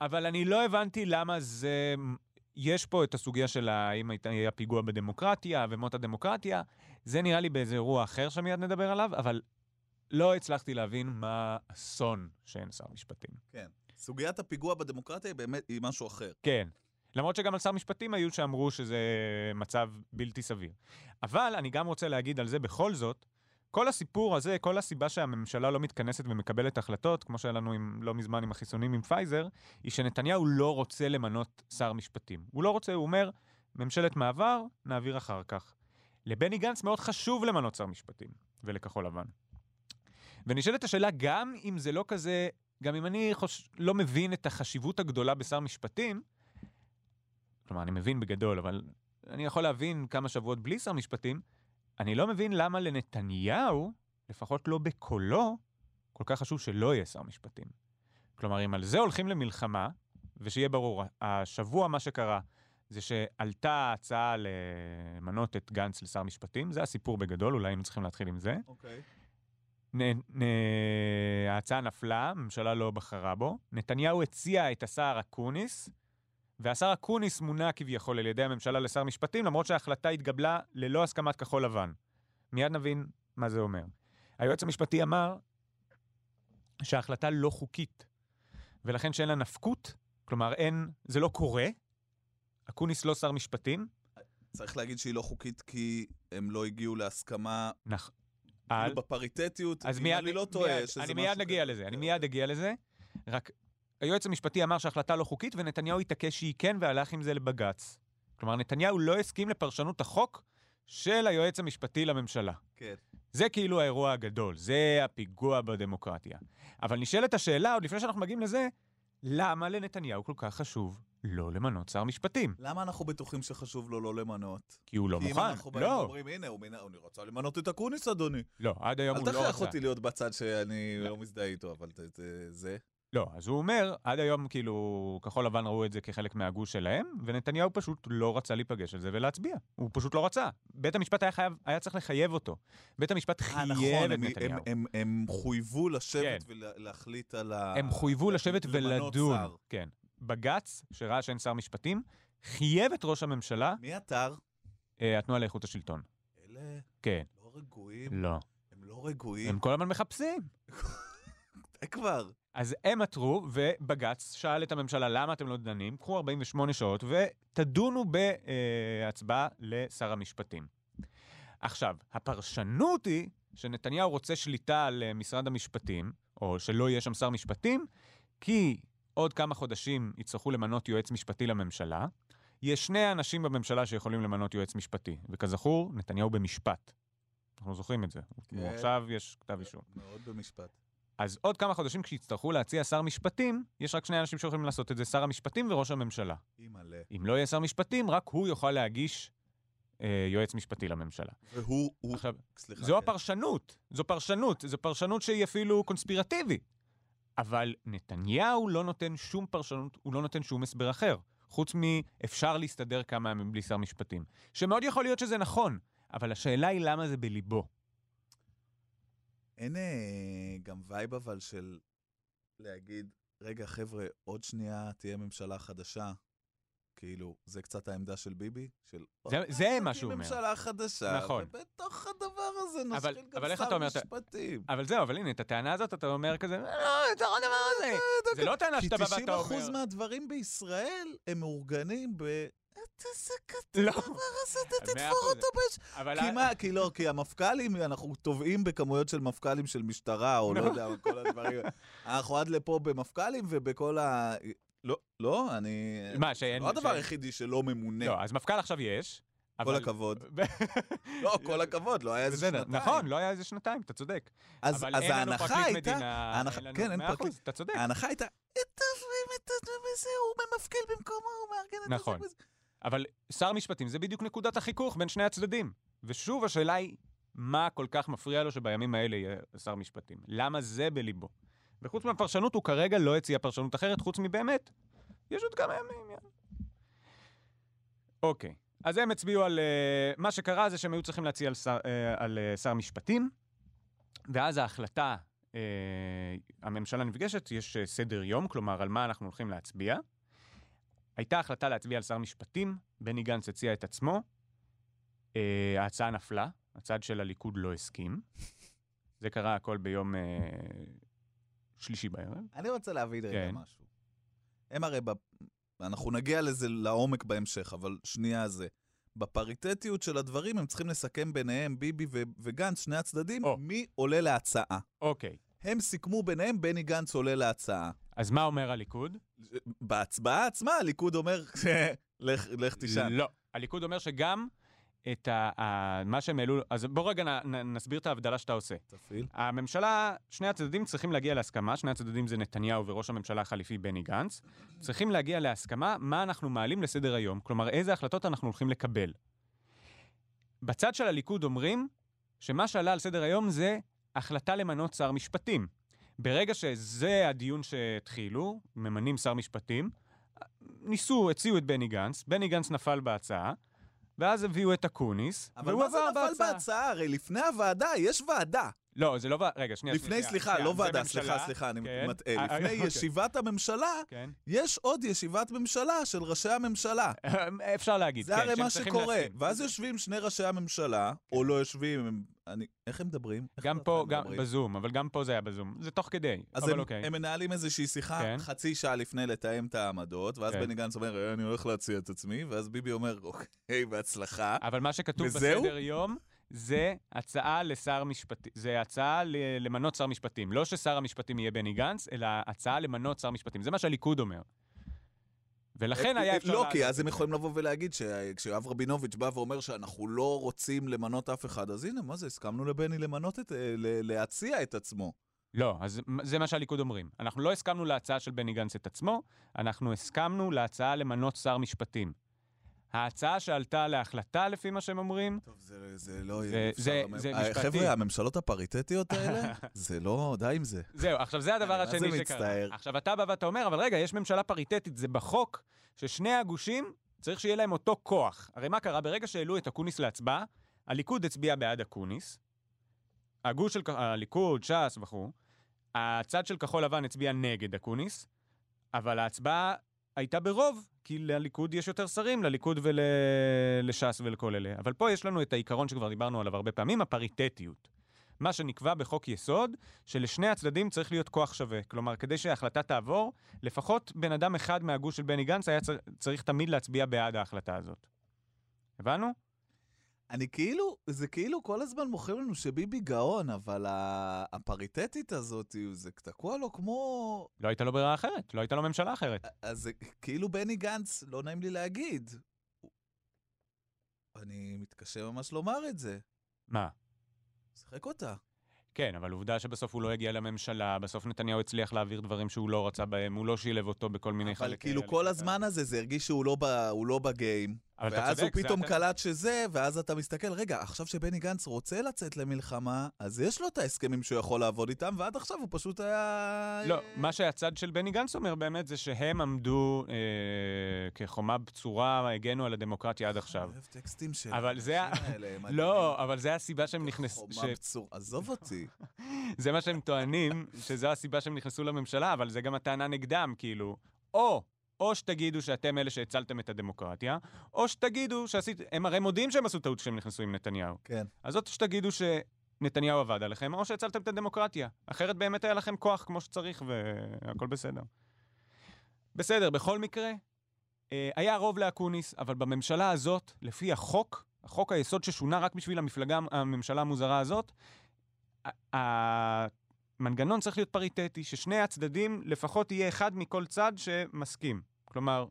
Speaker 1: אבל אני לא הבנתי למה זה... יש פה את הסוגיה של האם הייתה- היה פיגוע בדמוקרטיה ומות הדמוקרטיה, זה נראה לי באיזה אירוע אחר שמיד נדבר עליו, אבל לא הצלחתי להבין מה האסון שאין שר משפטים.
Speaker 2: כן. סוגיית הפיגוע בדמוקרטיה היא באמת, היא משהו אחר.
Speaker 1: כן. למרות שגם על שר משפטים היו שאמרו שזה מצב בלתי סביר. אבל אני גם רוצה להגיד על זה בכל זאת, כל הסיפור הזה, כל הסיבה שהממשלה לא מתכנסת ומקבלת החלטות, כמו שהיה לנו עם, לא מזמן עם החיסונים עם פייזר, היא שנתניהו לא רוצה למנות שר משפטים. הוא לא רוצה, הוא אומר, ממשלת מעבר, נעביר אחר כך. לבני גנץ מאוד חשוב למנות שר משפטים, ולכחול לבן. ונשאלת השאלה, גם אם זה לא כזה, גם אם אני חוש... לא מבין את החשיבות הגדולה בשר משפטים, כלומר, אני מבין בגדול, אבל אני יכול להבין כמה שבועות בלי שר משפטים, אני לא מבין למה לנתניהו, לפחות לא בקולו, כל כך חשוב שלא יהיה שר משפטים. כלומר, אם על זה הולכים למלחמה, ושיהיה ברור, השבוע מה שקרה זה שעלתה הצעה למנות את גנץ לשר משפטים, זה הסיפור בגדול, אולי היינו צריכים להתחיל עם זה.
Speaker 2: אוקיי.
Speaker 1: נ, נ, ההצעה נפלה, הממשלה לא בחרה בו. נתניהו הציע את השר אקוניס, והשר אקוניס מונה כביכול על ידי הממשלה לשר משפטים, למרות שההחלטה התגבלה ללא הסכמת כחול לבן. מיד נבין מה זה אומר. היועץ המשפטי אמר שההחלטה לא חוקית, ולכן שאין לה נפקות, כלומר אין, זה לא קורה. אקוניס לא שר משפטים.
Speaker 2: צריך להגיד שהיא לא חוקית כי הם לא הגיעו להסכמה,
Speaker 1: נכ... על-
Speaker 2: כאילו בפריטטיות,
Speaker 1: אז
Speaker 2: אם
Speaker 1: מיד,
Speaker 2: אני לא
Speaker 1: מיד-
Speaker 2: טועה, שזה
Speaker 1: אני
Speaker 2: משהו...
Speaker 1: מיד נגיע
Speaker 2: כזה.
Speaker 1: לזה, אני מיד אגיע לזה. רק, היועץ המשפטי אמר שההחלטה לא חוקית, ונתניהו התעקש שהיא כן והלך עם זה לבג"ץ. כלומר, נתניהו לא הסכים לפרשנות החוק של היועץ המשפטי לממשלה.
Speaker 2: כן.
Speaker 1: זה כאילו האירוע הגדול, זה הפיגוע בדמוקרטיה. אבל נשאלת השאלה, עוד לפני שאנחנו מגיעים לזה, למה לנתניהו כל כך חשוב לא למנות שר משפטים?
Speaker 2: למה אנחנו בטוחים שחשוב לו לא למנות?
Speaker 1: כי הוא לא
Speaker 2: כי
Speaker 1: מוכן.
Speaker 2: אם אנחנו באים
Speaker 1: לא,
Speaker 2: ואומרים, הנה, הוא מינה- הוא רצה למנות את אקוניס, אדוני.
Speaker 1: לא, עד היום
Speaker 2: אל
Speaker 1: הוא לא רצה.
Speaker 2: תכריח אותי להיות בצד שאני לא מזדהה איתו, אבל זה- זה- זה...
Speaker 1: לא, אז הוא אומר, עד היום כאילו כחול לבן ראו את זה כחלק מהגוש שלהם, ונתניהו פשוט לא רצה להיפגש על זה ולהצביע. הוא פשוט לא רצה. בית המשפט היה חייב, היה צריך לחייב אותו. בית המשפט
Speaker 2: אה,
Speaker 1: חייב
Speaker 2: נכון,
Speaker 1: את
Speaker 2: הם-
Speaker 1: נתניהו.
Speaker 2: הם- הם- הם חויבו לשבת
Speaker 1: כן.
Speaker 2: ולהחליט על ה...
Speaker 1: הם חויבו לשבת
Speaker 2: אה, למנות
Speaker 1: ולדון.
Speaker 2: שר.
Speaker 1: כן. בג"ץ, שראה שאין שר משפטים, חייב את ראש הממשלה,
Speaker 2: מי אתר?
Speaker 1: אה, התנועה לאיכות השלטון.
Speaker 2: אלה
Speaker 1: כן.
Speaker 2: לא רגועים.
Speaker 1: לא.
Speaker 2: הם לא רגועים.
Speaker 1: הם כל הזמן מחפשים.
Speaker 2: די כבר.
Speaker 1: אז הם עתרו, ובג"ץ שאל את הממשלה, למה אתם לא דנים? קחו 48 שעות ותדונו בהצבעה לשר המשפטים. עכשיו, הפרשנות היא שנתניהו רוצה שליטה על אה, משרד המשפטים, או שלא יהיה שם שר משפטים, כי עוד כמה חודשים יצטרכו למנות יועץ משפטי לממשלה. יש שני אנשים בממשלה שיכולים למנות יועץ משפטי, וכזכור, נתניהו במשפט. אנחנו זוכרים את זה.
Speaker 2: כן.
Speaker 1: הוא עכשיו יש כתב אישום.
Speaker 2: מאוד במשפט.
Speaker 1: אז עוד כמה חודשים כשיצטרכו להציע שר משפטים, יש רק שני אנשים שיכולים לעשות את זה, שר המשפטים וראש הממשלה.
Speaker 2: אימא'לה.
Speaker 1: אם לא יהיה שר משפטים, רק הוא יוכל להגיש אה, יועץ משפטי לממשלה.
Speaker 2: והוא, הוא,
Speaker 1: עכשיו,
Speaker 2: סליחה.
Speaker 1: זו
Speaker 2: כן.
Speaker 1: הפרשנות, זו פרשנות, זו פרשנות שהיא אפילו קונספירטיבית. אבל נתניהו לא נותן שום פרשנות, הוא לא נותן שום הסבר אחר, חוץ מאפשר להסתדר כמה ימים בלי שר משפטים. שמאוד יכול להיות שזה נכון, אבל השאלה היא למה זה בליבו.
Speaker 2: אין אה, גם וייב אבל של להגיד, רגע, חבר'ה, עוד שנייה תהיה ממשלה חדשה. כאילו, זה קצת העמדה של ביבי, של... עוד
Speaker 1: זה-
Speaker 2: מעט
Speaker 1: זה מה
Speaker 2: נקים
Speaker 1: שהוא אומר.
Speaker 2: ממשלה חדשה,
Speaker 1: נכון.
Speaker 2: ובתוך הדבר הזה
Speaker 1: אבל-
Speaker 2: נשחיל
Speaker 1: אבל
Speaker 2: גם
Speaker 1: איך אתה
Speaker 2: שר
Speaker 1: אומר את ה-
Speaker 2: משפטים.
Speaker 1: אבל זהו, אבל הנה, את הטענה הזאת אתה אומר כזה, "אה, לא, זה לא הדבר הזה. זה לא טענה
Speaker 2: כי
Speaker 1: שאתה בא ואתה
Speaker 2: 90%
Speaker 1: אומר.
Speaker 2: מהדברים בישראל הם מאורגנים ב... איזה קטן
Speaker 1: לא.
Speaker 2: הדבר הזה, אתה
Speaker 1: מאה
Speaker 2: תתפור
Speaker 1: אחוז.
Speaker 2: אותו באש...
Speaker 1: אבל
Speaker 2: כי מה, כי לא, כי המפכ"לים, אנחנו טובעים בכמויות של מפכ"לים של משטרה, או לא
Speaker 1: נו.
Speaker 2: יודע, כל הדברים. אנחנו עד לפה במפכ"לים ובכל ה... לא, לא, אני...
Speaker 1: מה,
Speaker 2: זה
Speaker 1: שאין...
Speaker 2: לא הדבר
Speaker 1: שאין-
Speaker 2: היחידי שלא ממונה.
Speaker 1: לא, אז מפכ"ל עכשיו יש.
Speaker 2: כל
Speaker 1: אבל- אה,
Speaker 2: הכבוד. לא, כל הכבוד, לא היה איזה
Speaker 1: בסדר,
Speaker 2: שנתיים.
Speaker 1: נכון, לא היה איזה שנתיים, אתה צודק.
Speaker 2: אז
Speaker 1: אבל
Speaker 2: אז
Speaker 1: אין לנו
Speaker 2: ההנחה
Speaker 1: פרקליט
Speaker 2: הייתה...
Speaker 1: מדינה.
Speaker 2: ההנחה-
Speaker 1: לנו-
Speaker 2: כן, אין
Speaker 1: מאה אחוז,
Speaker 2: פרקליט.
Speaker 1: אתה צודק.
Speaker 2: ההנחה הייתה... את הדברים, את הדברים, וזה, הוא ממפכ"ל במקומו, הוא מארגן את זה.
Speaker 1: נכון.
Speaker 2: וזה."
Speaker 1: אבל שר משפטים זה בדיוק נקודת החיכוך בין שני הצדדים. ושוב, השאלה היא, מה כל כך מפריע לו שבימים האלה יהיה שר משפטים? למה זה בליבו? וחוץ מהפרשנות, הוא כרגע לא הציע פרשנות אחרת, חוץ מבאמת. יש עוד כמה ימים, יאללה. אוקיי. אז הם הצביעו על... Uh, מה שקרה זה שהם היו צריכים להציע על שר, uh, על, uh, שר משפטים, ואז ההחלטה, uh, הממשלה נפגשת, יש uh, סדר יום, כלומר, על מה אנחנו הולכים להצביע. הייתה החלטה להצביע על שר משפטים, בני גנץ הציע את עצמו. אה, ההצעה נפלה, הצד של הליכוד לא הסכים. זה קרה הכל ביום אה, שלישי בערב.
Speaker 2: אני רוצה להבין רגע
Speaker 1: כן.
Speaker 2: משהו. הם הרי ב- אנחנו נגיע לזה לעומק בהמשך, אבל שנייה זה. בפריטטיות של הדברים, הם צריכים לסכם ביניהם, ביבי ו- וגנץ, שני הצדדים,
Speaker 1: או.
Speaker 2: מי עולה להצעה.
Speaker 1: אוקיי.
Speaker 2: הם סיכמו ביניהם, בני גנץ עולה להצעה.
Speaker 1: אז מה אומר הליכוד?
Speaker 2: בהצבעה עצמה, הליכוד אומר, לך, לך תישן.
Speaker 1: לא. הליכוד אומר שגם את ה, ה, מה שהם העלו, אז בוא רגע נ, נ, נסביר את ההבדלה שאתה עושה.
Speaker 2: תפעיל.
Speaker 1: הממשלה, שני הצדדים צריכים להגיע להסכמה, שני הצדדים זה נתניהו וראש הממשלה החליפי בני גנץ, צריכים להגיע להסכמה מה אנחנו מעלים לסדר היום, כלומר איזה החלטות אנחנו הולכים לקבל. בצד של הליכוד אומרים שמה שעלה על סדר היום זה החלטה למנות שר משפטים. ברגע שזה הדיון שהתחילו, ממנים שר משפטים, ניסו, הציעו את בני גנץ, בני גנץ נפל בהצעה, ואז הביאו את אקוניס,
Speaker 2: אבל
Speaker 1: והוא
Speaker 2: מה זה
Speaker 1: עבר
Speaker 2: נפל בהצעה? הרי לפני הוועדה, יש ועדה.
Speaker 1: לא, זה לא ועדה, רגע, שנייה.
Speaker 2: לפני,
Speaker 1: שנייה,
Speaker 2: סליחה,
Speaker 1: שנייה,
Speaker 2: לא
Speaker 1: זה
Speaker 2: ועדה,
Speaker 1: ממשלה,
Speaker 2: סליחה, סליחה, אני
Speaker 1: כן.
Speaker 2: מטעה.
Speaker 1: אה, אה,
Speaker 2: לפני
Speaker 1: אוקיי.
Speaker 2: ישיבת הממשלה,
Speaker 1: כן.
Speaker 2: יש עוד ישיבת ממשלה של ראשי הממשלה.
Speaker 1: אפשר להגיד,
Speaker 2: זה
Speaker 1: כן,
Speaker 2: הרי
Speaker 1: שהם
Speaker 2: מה
Speaker 1: צריכים
Speaker 2: שקורה.
Speaker 1: להסכים.
Speaker 2: ואז יושבים שני ראשי הממשלה, או לא יושבים, הם- אני- איך הם מדברים? איך
Speaker 1: גם
Speaker 2: הם
Speaker 1: פה, גם
Speaker 2: מדברים?
Speaker 1: בזום, אבל גם פה זה היה בזום. זה תוך כדי,
Speaker 2: אז
Speaker 1: אבל
Speaker 2: הם,
Speaker 1: אוקיי.
Speaker 2: הם מנהלים איזושהי שיחה
Speaker 1: כן.
Speaker 2: חצי שעה לפני לתאם את העמדות, ואז
Speaker 1: כן.
Speaker 2: בני גנץ אומר, "אה, אני הולך להציע את עצמי, ואז ביבי אומר, אוקיי, בהצלחה.
Speaker 1: אבל מה שכתוב
Speaker 2: וזהו?
Speaker 1: בסדר יום, זה הצעה לשר משפטים, זה הצעה ל- למנות שר משפטים. לא ששר המשפטים יהיה בני גנץ, אלא הצעה למנות שר משפטים. זה מה שהליכוד אומר. ולכן היה אפשר...
Speaker 2: לא, כי
Speaker 1: לעשות את
Speaker 2: אז הם
Speaker 1: זה.
Speaker 2: יכולים לבוא ולהגיד שכשיואב רבינוביץ' בא ואומר שאנחנו לא רוצים למנות אף אחד, אז הנה, מה זה, הסכמנו לבני למנות את... אה, ל- להציע את עצמו.
Speaker 1: לא, אז מ- זה מה שהליכוד אומרים. אנחנו לא הסכמנו להצעה של בני גנץ את עצמו, אנחנו הסכמנו להצעה למנות שר משפטים. ההצעה שעלתה להחלטה, לפי מה שהם אומרים,
Speaker 2: טוב, זה, זה לא
Speaker 1: זה-
Speaker 2: יהיה... אפשר
Speaker 1: זה-
Speaker 2: גם-
Speaker 1: זה
Speaker 2: אה,
Speaker 1: משפטי.
Speaker 2: חבר'ה, הממשלות הפריטטיות האלה, זה לא... די עם זה.
Speaker 1: זהו, עכשיו זה הדבר
Speaker 2: אני מה אה, זה
Speaker 1: השני שקרה.
Speaker 2: מצטער.
Speaker 1: עכשיו אתה בא ואתה אומר, אבל רגע, יש ממשלה פריטטית, זה בחוק, ששני הגושים, צריך שיהיה להם אותו כוח. הרי מה קרה? ברגע שהעלו את אקוניס להצבעה, הליכוד הצביע בעד אקוניס, הגוש של כ- הליכוד, ש"ס וכו', הצד של כחול לבן הצביע נגד אקוניס, אבל ההצבעה הייתה ברוב, כי לליכוד יש יותר שרים, לליכוד ולש"ס ולכל אלה. אבל פה יש לנו את העיקרון שכבר דיברנו עליו הרבה פעמים, הפריטטיות. מה שנקבע בחוק יסוד, שלשני הצדדים צריך להיות כוח שווה. כלומר, כדי שההחלטה תעבור, לפחות בן אדם אחד מהגוש של בני גנץ היה צר... צריך תמיד להצביע בעד ההחלטה הזאת. הבנו?
Speaker 2: אני כאילו, זה כאילו כל הזמן מוכרים לנו שביבי גאון, אבל ה- הפריטטית הזאת, זה תקוע לו כמו...
Speaker 1: לא הייתה לו ברירה אחרת, לא הייתה לו ממשלה אחרת.
Speaker 2: אז זה כאילו בני גנץ, לא נעים לי להגיד. הוא- אני מתקשה ממש לומר את זה.
Speaker 1: מה?
Speaker 2: שיחק אותה.
Speaker 1: כן, אבל עובדה שבסוף הוא לא הגיע לממשלה, בסוף נתניהו הצליח להעביר דברים שהוא לא רצה בהם, הוא לא שילב אותו בכל מיני
Speaker 2: אבל
Speaker 1: חלקים.
Speaker 2: כאילו כל הזמן הזה, זה הרגיש שהוא לא, ב, הוא לא בגיים.
Speaker 1: אבל אתה
Speaker 2: ואז
Speaker 1: צודק,
Speaker 2: הוא
Speaker 1: זה
Speaker 2: פתאום
Speaker 1: אתה-
Speaker 2: קלט שזה, ואז אתה מסתכל, רגע, עכשיו שבני גנץ רוצה לצאת למלחמה, אז יש לו את ההסכמים שהוא יכול לעבוד איתם, ועד עכשיו הוא פשוט היה... אה,
Speaker 1: לא, מה שהצד של בני גנץ אומר באמת זה שהם עמדו אה, כחומה בצורה, הגנו על הדמוקרטיה עד עכשיו.
Speaker 2: אני אוהב טקסטים של
Speaker 1: אבל זה ה-
Speaker 2: האנשים האלה, הם
Speaker 1: לא, אבל זה הסיבה שהם
Speaker 2: מדהימים.
Speaker 1: נכנסו,
Speaker 2: חומה בצור, עזוב אותי.
Speaker 1: זה מה שהם טוענים, שזו הסיבה שהם נכנסו לממשלה, אבל זה גם הטענה נגדם, כאילו, או, או שתגידו שאתם אלה שהצלתם את הדמוקרטיה, או שתגידו שעשיתם, הם הרי מודיעים שהם עשו טעות כשהם נכנסו עם נתניהו.
Speaker 2: כן.
Speaker 1: אז או שתגידו שנתניהו עבד עליכם, או שהצלתם את הדמוקרטיה. אחרת באמת היה לכם כוח כמו שצריך והכל בסדר. בסדר, בכל מקרה, אה, היה רוב לאקוניס, אבל בממשלה הזאת, לפי החוק, החוק היסוד ששונה רק בשביל המפלגה, הממשלה המוזרה הזאת, ה- המנגנון צריך להיות פריטטי, ששני הצדדים, לפחות יהיה אחד מכל צד שמסכים. כלומר,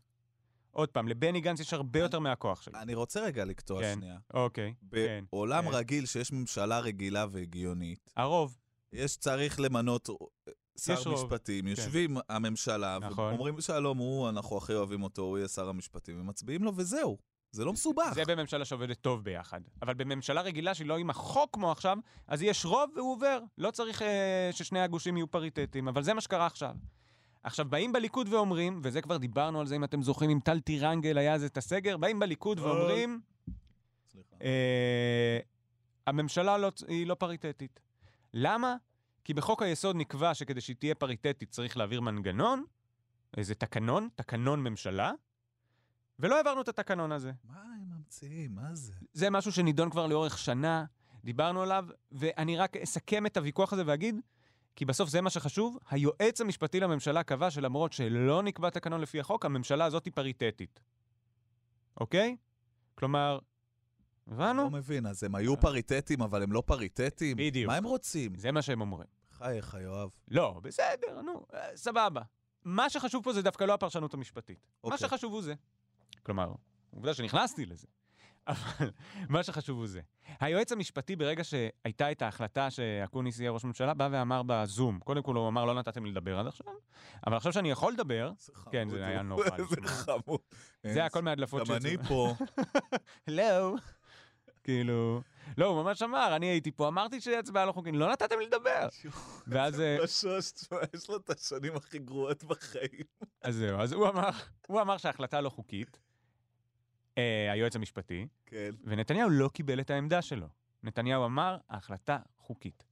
Speaker 1: עוד פעם, לבני גנץ יש הרבה יותר מהכוח שלו.
Speaker 2: אני רוצה רגע לקטוע
Speaker 1: כן.
Speaker 2: שנייה.
Speaker 1: אוקיי, כן.
Speaker 2: בעולם
Speaker 1: כן.
Speaker 2: רגיל שיש ממשלה רגילה והגיונית,
Speaker 1: הרוב.
Speaker 2: יש צריך למנות
Speaker 1: יש
Speaker 2: שר
Speaker 1: רוב, כן.
Speaker 2: משפטים, יושבים הממשלה,
Speaker 1: נכון.
Speaker 2: ואומרים שלום, הוא, אנחנו הכי אוהבים אותו, הוא יהיה שר המשפטים, ומצביעים לו וזהו. זה לא מסובך.
Speaker 1: זה בממשלה שעובדת טוב ביחד. אבל בממשלה רגילה שהיא לא עם החוק כמו עכשיו, אז יש רוב והוא עובר. לא צריך אה, ששני הגושים יהיו פריטטיים, אבל זה מה שקרה עכשיו. עכשיו, באים בליכוד ואומרים, וזה כבר דיברנו על זה, אם אתם זוכרים, עם טל טירנגל היה אז את הסגר, באים בליכוד
Speaker 2: אוי.
Speaker 1: ואומרים,
Speaker 2: סליחה.
Speaker 1: אה, הממשלה לא, צ- היא לא פריטטית. למה? כי בחוק היסוד נקבע שכדי שהיא תהיה פריטטית צריך להעביר מנגנון, איזה תקנון, תקנון ממשלה, ולא העברנו את התקנון הזה.
Speaker 2: מה הם ממציאים? מה זה?
Speaker 1: זה משהו שנידון כבר לאורך שנה, דיברנו עליו, ואני רק אסכם את הוויכוח הזה ואגיד, כי בסוף זה מה שחשוב, היועץ המשפטי לממשלה קבע שלמרות שלא נקבע תקנון לפי החוק, הממשלה הזאת היא פריטטית. אוקיי? כלומר, הבנו?
Speaker 2: לא מבין, אז הם היו פריטטים, אבל הם לא פריטטים?
Speaker 1: אה. בדיוק.
Speaker 2: מה הם רוצים?
Speaker 1: זה מה שהם אומרים.
Speaker 2: חייך, יואב.
Speaker 1: לא, בסדר, נו, אה, סבבה. מה שחשוב פה זה דווקא לא הפרשנות המשפטית. Okay. מה
Speaker 2: אוקיי.
Speaker 1: שחשוב הוא זה. כלומר, עובדה שנכנסתי לזה. אבל מה שחשוב הוא זה. היועץ המשפטי, ברגע שהייתה את ההחלטה שאקוניס יהיה ראש ממשלה, בא ואמר בזום, קודם כל הוא אמר, לא נתתם לי לדבר עד עכשיו, אבל עכשיו שאני יכול לדבר,
Speaker 2: איזה
Speaker 1: כן,
Speaker 2: חמוד
Speaker 1: זה היה
Speaker 2: הוא.
Speaker 1: נורא
Speaker 2: איזה
Speaker 1: לשמוע.
Speaker 2: חמוד. אין-
Speaker 1: זה הכל מהדלפות
Speaker 2: גם אני פה.
Speaker 1: לא. כאילו... לא, הוא ממש אמר, אני הייתי פה, אמרתי שזה הצבעה לא חוקית, לא נתתם לי לדבר. ואז אה,
Speaker 2: בשוש, תשמע, לא יש לו את השנים הכי גרועות בחיים.
Speaker 1: אז זהו, אז הוא אמר, הוא אמר שההחלטה לא חוקית, אה, היועץ המשפטי,
Speaker 2: כן.
Speaker 1: ונתניהו לא קיבל את העמדה שלו. נתניהו אמר, ההחלטה חוקית.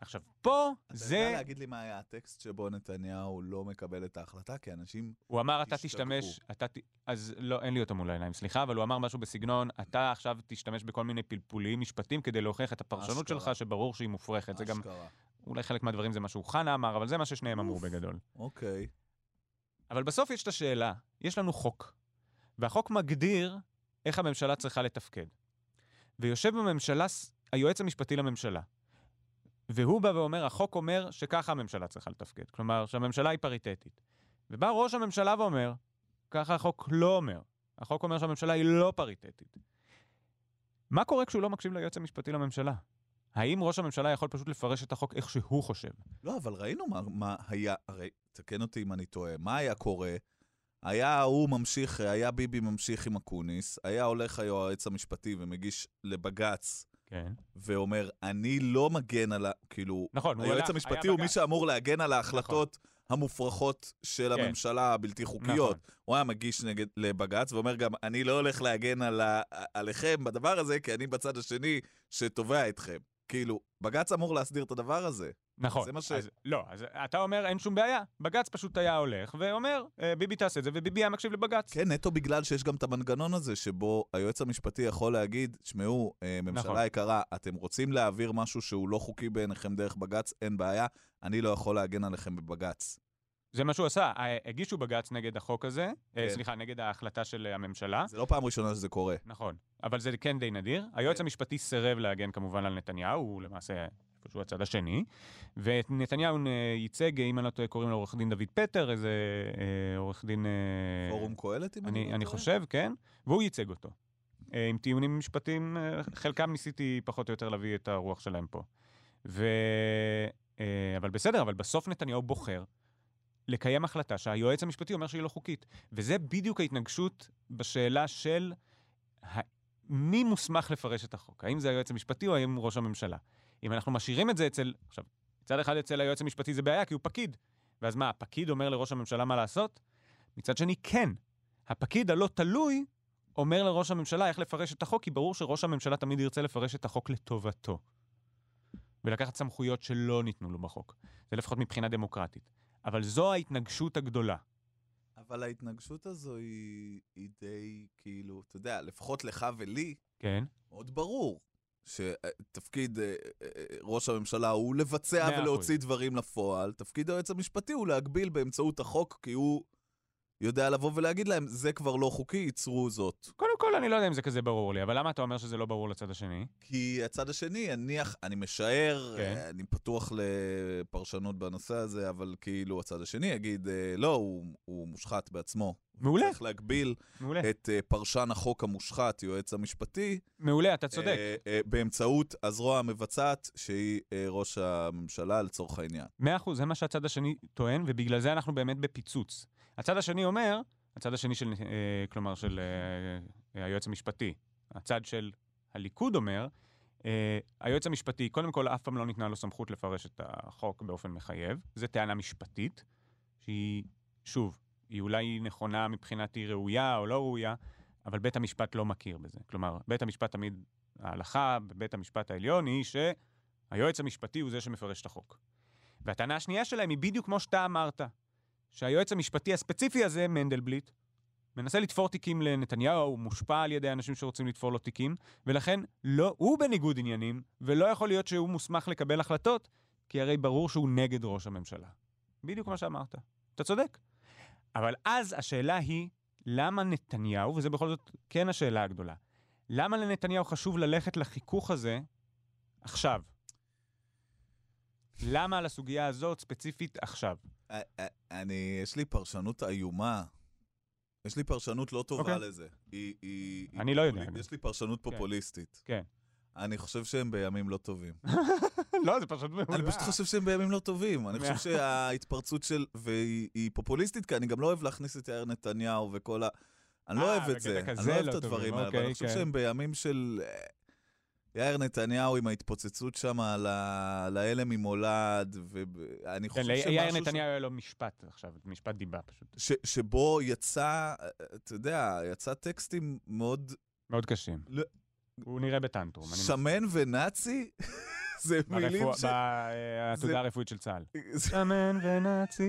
Speaker 1: עכשיו, פה
Speaker 2: אתה יודע
Speaker 1: זה,
Speaker 2: להגיד לי מה היה הטקסט שבו נתניהו לא מקבל את ההחלטה? כי אנשים...
Speaker 1: הוא אמר, אתה
Speaker 2: תשתגעו.
Speaker 1: תשתמש, אתה, ת- אז לא, אין לי אותו מול העיניים, סליחה, אבל הוא אמר משהו בסגנון, אתה עכשיו תשתמש בכל מיני פלפולים משפטיים כדי להוכיח את הפרשנות
Speaker 2: אשכרה.
Speaker 1: שלך, שברור שהיא מופרכת. כן, זה גם,
Speaker 2: אשכרה.
Speaker 1: אולי חלק מהדברים זה מה שהוא חנה אמר, אבל זה מה ששניהם אמרו
Speaker 2: אוף.
Speaker 1: בגדול.
Speaker 2: אוקיי.
Speaker 1: אבל בסוף יש את השאלה, יש לנו חוק, והחוק מגדיר איך הממשלה צריכה לתפקד. ויושב בממשלה ס- היועץ המשפטי לממשלה, והוא בא ואומר, החוק אומר שככה הממשלה צריכה לתפקד, כלומר שהממשלה היא פריטטית. ובא ראש הממשלה ואומר, ככה החוק לא אומר, החוק אומר שהממשלה היא לא פריטטית. מה קורה כשהוא לא מקשיב ליועץ המשפטי לממשלה? האם ראש הממשלה יכול פשוט לפרש את החוק איך שהוא חושב?
Speaker 2: לא, אבל ראינו מה, מה היה, הרי, תקן אותי אם אני טועה, מה היה קורה? היה הוא ממשיך, היה ביבי ממשיך עם אקוניס, היה הולך היועץ המשפטי ומגיש לבג"ץ
Speaker 1: כן.
Speaker 2: ואומר, אני לא מגן על ה... כאילו,
Speaker 1: נכון, הוא הלך,
Speaker 2: היועץ
Speaker 1: היה
Speaker 2: המשפטי הוא מי
Speaker 1: בג"ץ. נכון.
Speaker 2: שאמור להגן על ההחלטות המופרכות של
Speaker 1: כן.
Speaker 2: הממשלה הבלתי
Speaker 1: נכון.
Speaker 2: חוקיות. הוא היה מגיש נגד, לבג"ץ ואומר גם, אני לא הולך להגן על ה, עליכם בדבר הזה, כי אני בצד השני שתובע אתכם. כאילו, בג"ץ אמור להסדיר את הדבר הזה.
Speaker 1: נכון.
Speaker 2: זה מה ש-
Speaker 1: אז, לא, אז אתה אומר, אין שום בעיה. בג"ץ פשוט היה הולך ואומר, "אה, ביבי תעשה את זה, וביבי היה מקשיב לבג"ץ.
Speaker 2: כן, נטו בגלל שיש גם את המנגנון הזה, שבו היועץ המשפטי יכול להגיד, שמעו, אה, ממשלה
Speaker 1: נכון.
Speaker 2: יקרה, אתם רוצים להעביר משהו שהוא לא חוקי בעיניכם דרך בג"ץ, אין בעיה, אני לא יכול להגן עליכם בבג"ץ.
Speaker 1: זה מה שהוא עשה. אה, הגישו בג"ץ נגד החוק הזה, אה,
Speaker 2: כן.
Speaker 1: סליחה, נגד ההחלטה של אה, הממשלה.
Speaker 2: זה לא פעם ראשונה שזה קורה.
Speaker 1: נכון, אבל זה כן די נדיר. היועץ
Speaker 2: כן.
Speaker 1: המשפטי סירב להגן כמובן על נתניהו, הוא למעשה איפשהו הצד השני, ונתניהו אה, ייצג, אה, אם אני לא טועה, קוראים לו עורך דין דוד פטר, איזה אה, עורך דין... אה,
Speaker 2: פורום קהלת, אם אני לא
Speaker 1: אני,
Speaker 2: טועה?
Speaker 1: אני חושב, כן, והוא ייצג אותו. אה, עם טיעונים משפטיים, אה, חלקם ניסיתי פחות או יותר להביא את הרוח שלהם פה. ו... אה, אבל בסדר, אבל בסוף נתניהו בוחר לקיים החלטה שהיועץ המשפטי אומר שהיא לא חוקית. וזה בדיוק ההתנגשות בשאלה של ה... מי מוסמך לפרש את החוק, האם זה היועץ המשפטי או האם ראש הממשלה. אם אנחנו משאירים את זה אצל... עכשיו, מצד אחד אצל היועץ המשפטי זה בעיה, כי הוא פקיד. ואז מה, הפקיד אומר לראש הממשלה מה לעשות? מצד שני, כן. הפקיד הלא תלוי אומר לראש הממשלה איך לפרש את החוק, כי ברור שראש הממשלה תמיד ירצה לפרש את החוק לטובתו. ולקחת סמכויות שלא ניתנו לו בחוק. זה לפחות מבחינה דמוקרטית. אבל זו ההתנגשות הגדולה.
Speaker 2: אבל ההתנגשות הזו היא, היא די, כאילו, אתה יודע, לפחות לך ולי,
Speaker 1: כן.
Speaker 2: מאוד ברור שתפקיד אה, אה, אה, ראש הממשלה הוא לבצע
Speaker 1: מאה אחוז.
Speaker 2: ולהוציא דברים לפועל, תפקיד היועץ המשפטי הוא להגביל באמצעות החוק, כי הוא יודע לבוא ולהגיד להם, זה כבר לא חוקי, ייצרו זאת.
Speaker 1: קודם כל, אני לא יודע אם זה כזה ברור לי, אבל למה אתה אומר שזה לא ברור לצד השני?
Speaker 2: כי הצד השני, נניח, אני משער,
Speaker 1: כן.
Speaker 2: אה, אני פתוח לפרשנות בנושא הזה, אבל כאילו הצד השני יגיד, אה, לא, הוא, הוא מושחת בעצמו.
Speaker 1: מעולה,
Speaker 2: צריך להגביל
Speaker 1: מעולה.
Speaker 2: את אה, פרשן החוק המושחת, יועץ המשפטי,
Speaker 1: מעולה, אתה צודק.
Speaker 2: אה, אה, באמצעות הזרוע המבצעת, שהיא אה, ראש הממשלה לצורך העניין.
Speaker 1: מאה אחוז, זה מה שהצד השני טוען, ובגלל זה אנחנו באמת בפיצוץ. הצד השני אומר, הצד השני של, אה, כלומר, של אה, היועץ המשפטי, הצד של הליכוד אומר, אה, היועץ המשפטי, קודם כל, אף פעם לא ניתנה לו סמכות לפרש את החוק באופן מחייב. זו טענה משפטית, שהיא, שוב, היא אולי נכונה מבחינת היא ראויה או לא ראויה, אבל בית המשפט לא מכיר בזה. כלומר, בית המשפט תמיד, ההלכה בבית המשפט העליון היא שהיועץ המשפטי הוא זה שמפרש את החוק. והטענה השנייה שלהם היא בדיוק כמו שאתה אמרת, שהיועץ המשפטי הספציפי הזה, מנדלבליט, מנסה לתפור תיקים לנתניהו, הוא מושפע על ידי אנשים שרוצים לתפור לו תיקים, ולכן לא, הוא בניגוד עניינים, ולא יכול להיות שהוא מוסמך לקבל החלטות כי הרי ברור שהוא נגד ראש הממשלה. בדיוק מה שאמרת. אתה צודק. אבל אז השאלה היא, למה נתניהו, וזו בכל זאת כן השאלה הגדולה, למה לנתניהו חשוב ללכת לחיכוך הזה עכשיו? למה על הסוגיה הזאת ספציפית עכשיו?
Speaker 2: אה, אה, אני, יש לי פרשנות איומה. יש לי פרשנות לא טובה
Speaker 1: אוקיי.
Speaker 2: לזה. היא, היא, היא
Speaker 1: אני לא יודע,
Speaker 2: פופולי-
Speaker 1: אגב.
Speaker 2: יש לי פרשנות פופוליסטית.
Speaker 1: כן.
Speaker 2: אני חושב שהם בימים לא טובים.
Speaker 1: לא, זה פשוט מעולה.
Speaker 2: אני פשוט חושב שהם בימים לא טובים. אני חושב שההתפרצות של... והיא היא פופוליסטית, כי אני גם לא אוהב להכניס את יאיר נתניהו וכל ה... אני
Speaker 1: אה,
Speaker 2: לא אוהב
Speaker 1: בקטע
Speaker 2: את זה. אני
Speaker 1: כזה
Speaker 2: לא אוהב
Speaker 1: לא
Speaker 2: את הדברים
Speaker 1: טובים,
Speaker 2: האלה, אבל
Speaker 1: אוקיי,
Speaker 2: אני חושב
Speaker 1: כן.
Speaker 2: שהם בימים של... אה, יאיר נתניהו עם ההתפוצצות שם על ה- להלם ממולד,
Speaker 1: כן,
Speaker 2: ואני חושב
Speaker 1: ליאיר
Speaker 2: שמשהו ש-
Speaker 1: נתניהו היה לו משפט עכשיו, משפט דיבה פשוט.
Speaker 2: ש- שבו יצא, אה, אתה יודע, יצא טקסטים מאוד
Speaker 1: מאוד קשים.
Speaker 2: לא-
Speaker 1: הוא נראה בטנטרום. אני
Speaker 2: שמן ונאצי, זה מילים
Speaker 1: ברפואה-
Speaker 2: ש...
Speaker 1: בעתודה הרפואית של צה"ל.
Speaker 2: זה-
Speaker 1: שמן ונאצי,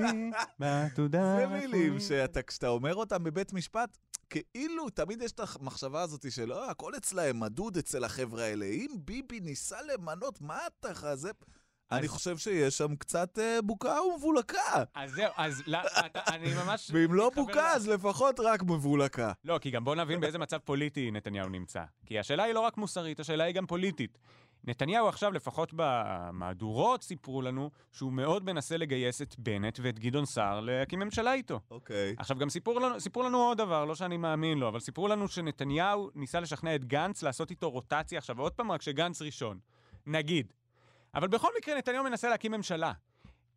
Speaker 1: בעתודה
Speaker 2: זה
Speaker 1: הרפואית.
Speaker 2: מילים שאתה, כשאתה אומר אותם בבית משפט, כאילו, תמיד יש את המחשבה הזאת של, אה, הכל אצלהם מדוד אצל החבר'ה האלה. אם ביבי ניסה למנות, מה אתה חזה? אני חושב שיש שם קצת אה, בוקה ומבולקה.
Speaker 1: אז זהו, אז לא, אתה- אני ממש...
Speaker 2: ואם לא
Speaker 1: מתחבר
Speaker 2: בוקה,
Speaker 1: ל-
Speaker 2: אז לפחות רק מבולקה.
Speaker 1: לא, כי גם בוא נבין באיזה מצב פוליטי נתניהו נמצא. כי השאלה היא לא רק מוסרית, השאלה היא גם פוליטית. נתניהו עכשיו, לפחות במהדורות סיפרו לנו, שהוא מאוד מנסה לגייס את בנט ואת גדעון סער להקים ממשלה איתו.
Speaker 2: אוקיי.
Speaker 1: עכשיו, גם סיפרו לנו, סיפרו לנו עוד דבר, לא שאני מאמין לו, אבל סיפרו לנו שנתניהו ניסה לשכנע את גנץ לעשות איתו רוטציה עכשיו, עוד פעם, רק שגנץ ראשון. נגיד. אבל בכל מקרה, נתניהו מנסה להקים ממשלה.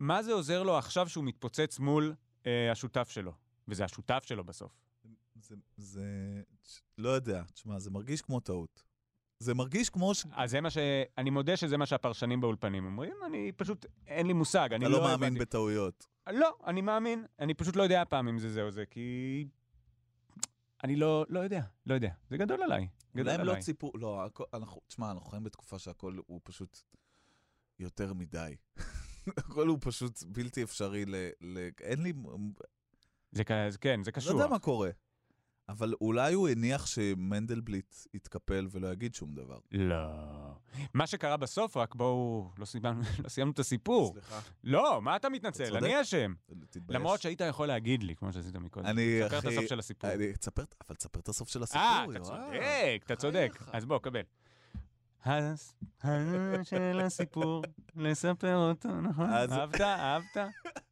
Speaker 1: מה זה עוזר לו עכשיו שהוא מתפוצץ מול אה, השותף שלו? וזה השותף שלו בסוף.
Speaker 2: זה, זה, לא יודע, תשמע, זה מרגיש כמו טעות. זה מרגיש כמו ש...
Speaker 1: אז זה מה ש... אני מודה שזה מה שהפרשנים באולפנים אומרים, אני פשוט, אין לי מושג, אני
Speaker 2: אתה
Speaker 1: לא...
Speaker 2: לא מאמין
Speaker 1: הבנתי.
Speaker 2: בטעויות.
Speaker 1: לא, אני מאמין, אני פשוט לא יודע הפעם אם זה זה או זה, כי... אני לא, לא יודע, לא יודע. זה גדול עליי. גדול
Speaker 2: אולי הם
Speaker 1: עליי.
Speaker 2: לא ציפו, לא, הכל, אנחנו, תשמע, אנחנו חיים בתקופה שהכל הוא פשוט יותר מדי. הכל הוא פשוט בלתי אפשרי ל... ל אין לי...
Speaker 1: זה כ- זה כן, זה
Speaker 2: לא
Speaker 1: קשור.
Speaker 2: יודע מה קורה. אבל אולי הוא הניח שמנדלבליט יתקפל ולא יגיד שום דבר.
Speaker 1: לא. מה שקרה בסוף, רק בואו, לא סיימנו, לא סיימנו את הסיפור.
Speaker 2: סליחה,
Speaker 1: לא, מה אתה מתנצל?
Speaker 2: צודק.
Speaker 1: אני אשם.
Speaker 2: תתבייש.
Speaker 1: למרות שהיית יכול להגיד לי, כמו שעשית מקודם.
Speaker 2: אני,
Speaker 1: ספר את
Speaker 2: אחי,
Speaker 1: הסוף של הסיפור.
Speaker 2: אני- תספר, אבל תספר את הסוף של הסיפור,
Speaker 1: אה, אתה
Speaker 2: יואב.
Speaker 1: צודק, אתה צודק.
Speaker 2: חייך.
Speaker 1: אז בוא, קבל. אז, הזמן של הסיפור, לספר אותו, נכון?
Speaker 2: אז-
Speaker 1: אהבת? אהבת?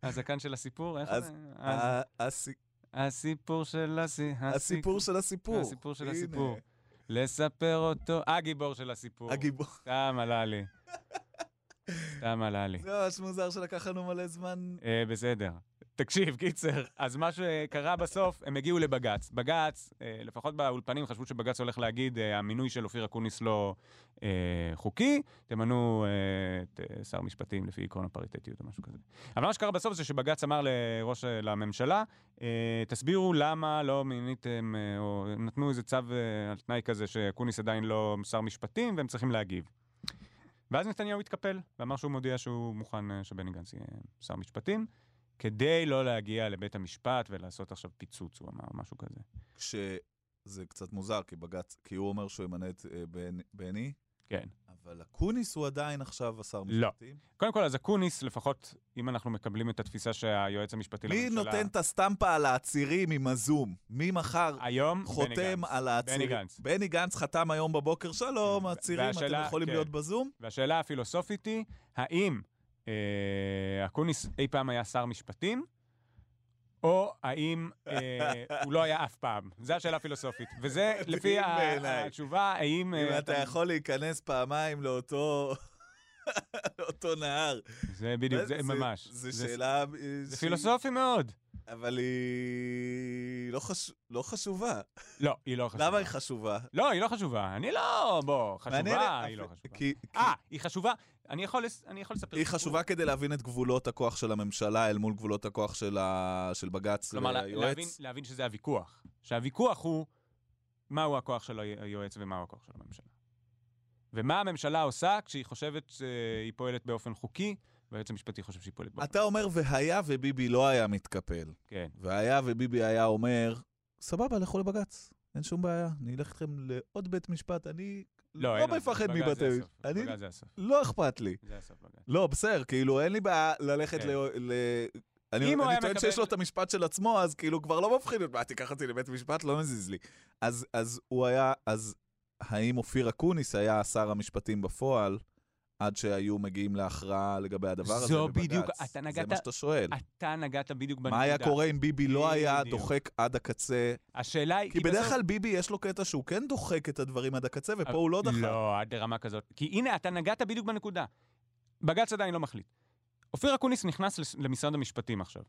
Speaker 1: הזקן של הסיפור? איך
Speaker 2: אז-
Speaker 1: זה? אז-
Speaker 2: ה- הסי-
Speaker 1: הסיפור של הסי-
Speaker 2: הסיפור של הסיפור.
Speaker 1: הסיפור של
Speaker 2: הנה,
Speaker 1: הסיפור. לספר אותו, הגיבור של הסיפור.
Speaker 2: הגיבור.
Speaker 1: סתם עלה לי. סתם עלה לי.
Speaker 2: זה ממש מוזר שלקח לנו מלא זמן.
Speaker 1: אה, בסדר. תקשיב, קיצר, אז מה שקרה בסוף, הם הגיעו לבג"ץ. בג"ץ, אה, לפחות באולפנים חשבו שבג"ץ הולך להגיד, אה, המינוי של אופיר אקוניס לא אה, חוקי, תמנו אה, את אה, שר משפטים לפי עקרון הפריטטיות או משהו כזה. אבל מה שקרה בסוף זה שבג"ץ אמר לראש, לממשלה, אה, תסבירו למה לא מיניתם, אה, או נתנו איזה צו אה, על תנאי כזה שאקוניס עדיין לא שר משפטים, והם צריכים להגיב. ואז נתניהו התקפל, ואמר שהוא מודיע שהוא מוכן אה, שבני גנץ יהיה שר משפטים, כדי לא להגיע לבית המשפט ולעשות עכשיו פיצוץ, הוא אמר, משהו כזה.
Speaker 2: כשזה קצת מוזר, כי בג"ץ, כי הוא אומר שהוא ימנה את אה, בני- בני,
Speaker 1: כן.
Speaker 2: אבל אקוניס הוא עדיין עכשיו השר
Speaker 1: לא.
Speaker 2: משפטים.
Speaker 1: קודם כל, אז אקוניס, לפחות אם אנחנו מקבלים את התפיסה שהיועץ המשפטי
Speaker 2: מי
Speaker 1: לממשלה...
Speaker 2: נותן את הסטמפה על העצירים עם הזום? מי מחר
Speaker 1: היום, אה, בני
Speaker 2: חותם
Speaker 1: גנץ.
Speaker 2: על
Speaker 1: בני
Speaker 2: העצירים?
Speaker 1: גנץ.
Speaker 2: בני גנץ חתם היום בבוקר, שלום,
Speaker 1: כן,
Speaker 2: עצירים, אתם
Speaker 1: והשאלה-
Speaker 2: יכולים
Speaker 1: כן.
Speaker 2: להיות בזום?
Speaker 1: והשאלה הפילוסופית היא, האם אה, אקוניס אי פעם היה שר משפטים, או האם אה, הוא לא היה אף פעם? זו השאלה הפילוסופית. וזה
Speaker 2: מדהים
Speaker 1: לפי ה-
Speaker 2: בעיניי.
Speaker 1: התשובה, האם...
Speaker 2: אם
Speaker 1: אה,
Speaker 2: אתה יכול להיכנס פעמיים לאותו... לאותו נהר.
Speaker 1: זה בדיוק, זה ממש.
Speaker 2: זו שאלה... אה,
Speaker 1: זה
Speaker 2: שהיא-
Speaker 1: פילוסופי מאוד.
Speaker 2: אבל היא לא חש- לא חשובה.
Speaker 1: לא, היא לא חשובה.
Speaker 2: למה היא חשובה?
Speaker 1: לא, היא לא חשובה. אני לא... בוא,
Speaker 2: מעניין,
Speaker 1: חשובה,
Speaker 2: אף-
Speaker 1: היא לא חשובה.
Speaker 2: כי-
Speaker 1: אה, היא חשובה. אני יכול לס- אני יכול לספר...
Speaker 2: היא
Speaker 1: סיפור.
Speaker 2: חשובה כדי להבין את גבולות הכוח של הממשלה אל מול גבולות הכוח של, ה... של בג"ץ
Speaker 1: כלומר, לה-
Speaker 2: והיועץ.
Speaker 1: להבין- להבין שזה הוויכוח. שהוויכוח הוא מהו הכוח של היו- היועץ ומהו הכוח של הממשלה. ומה הממשלה עושה כשהיא חושבת שהיא פועלת באופן חוקי, והיועץ המשפטי חושב שהיא פועלת באופן
Speaker 2: אתה אומר, והיה וביבי לא היה מתקפל.
Speaker 1: כן.
Speaker 2: והיה וביבי היה אומר, סבבה, לכו לבג"ץ, אין שום בעיה, אני אלך איתכם לעוד בית משפט, אני
Speaker 1: לא,
Speaker 2: לא
Speaker 1: אין עוד.
Speaker 2: מפחד
Speaker 1: בג"ץ זה
Speaker 2: מבתי
Speaker 1: הסוף.
Speaker 2: משפט. אני-
Speaker 1: בג"ץ זה הסוף.
Speaker 2: לא אכפת לי.
Speaker 1: זה הסוף בג"ץ.
Speaker 2: לא, בסדר, כאילו, אין לי בעיה ללכת
Speaker 1: כן.
Speaker 2: ל... ל- אני,
Speaker 1: אם הוא
Speaker 2: אני
Speaker 1: היה
Speaker 2: טוען
Speaker 1: מקבל-
Speaker 2: שיש לו את המשפט של עצמו, אז כאילו כבר לא מפחיד אותי, מה, תיקח אותי לבית משפט, לא מזיז לי. אז, אז הוא היה, אז האם אופיר אקוניס היה שר המשפטים בפועל, עד שהיו מגיעים להכרעה לגבי הדבר הזה
Speaker 1: זו
Speaker 2: בבג"ץ?
Speaker 1: בדיוק, אתה
Speaker 2: זה
Speaker 1: נגעת-
Speaker 2: מה שאתה שואל.
Speaker 1: אתה נגעת בדיוק בנקודה.
Speaker 2: מה היה קורה אם ביבי לא היה
Speaker 1: בדיוק.
Speaker 2: דוחק עד הקצה?
Speaker 1: השאלה היא...
Speaker 2: כי בדרך
Speaker 1: בסוף-
Speaker 2: כלל ביבי יש לו קטע שהוא כן דוחק את הדברים עד הקצה, ופה הוא לא דחק.
Speaker 1: לא, עד לרמה כזאת. כי הנה, אתה נגעת בדיוק בנקודה. בג"ץ עדיין לא מחליט. אופיר אקוניס נכנס לס- למשרד המשפטים עכשיו.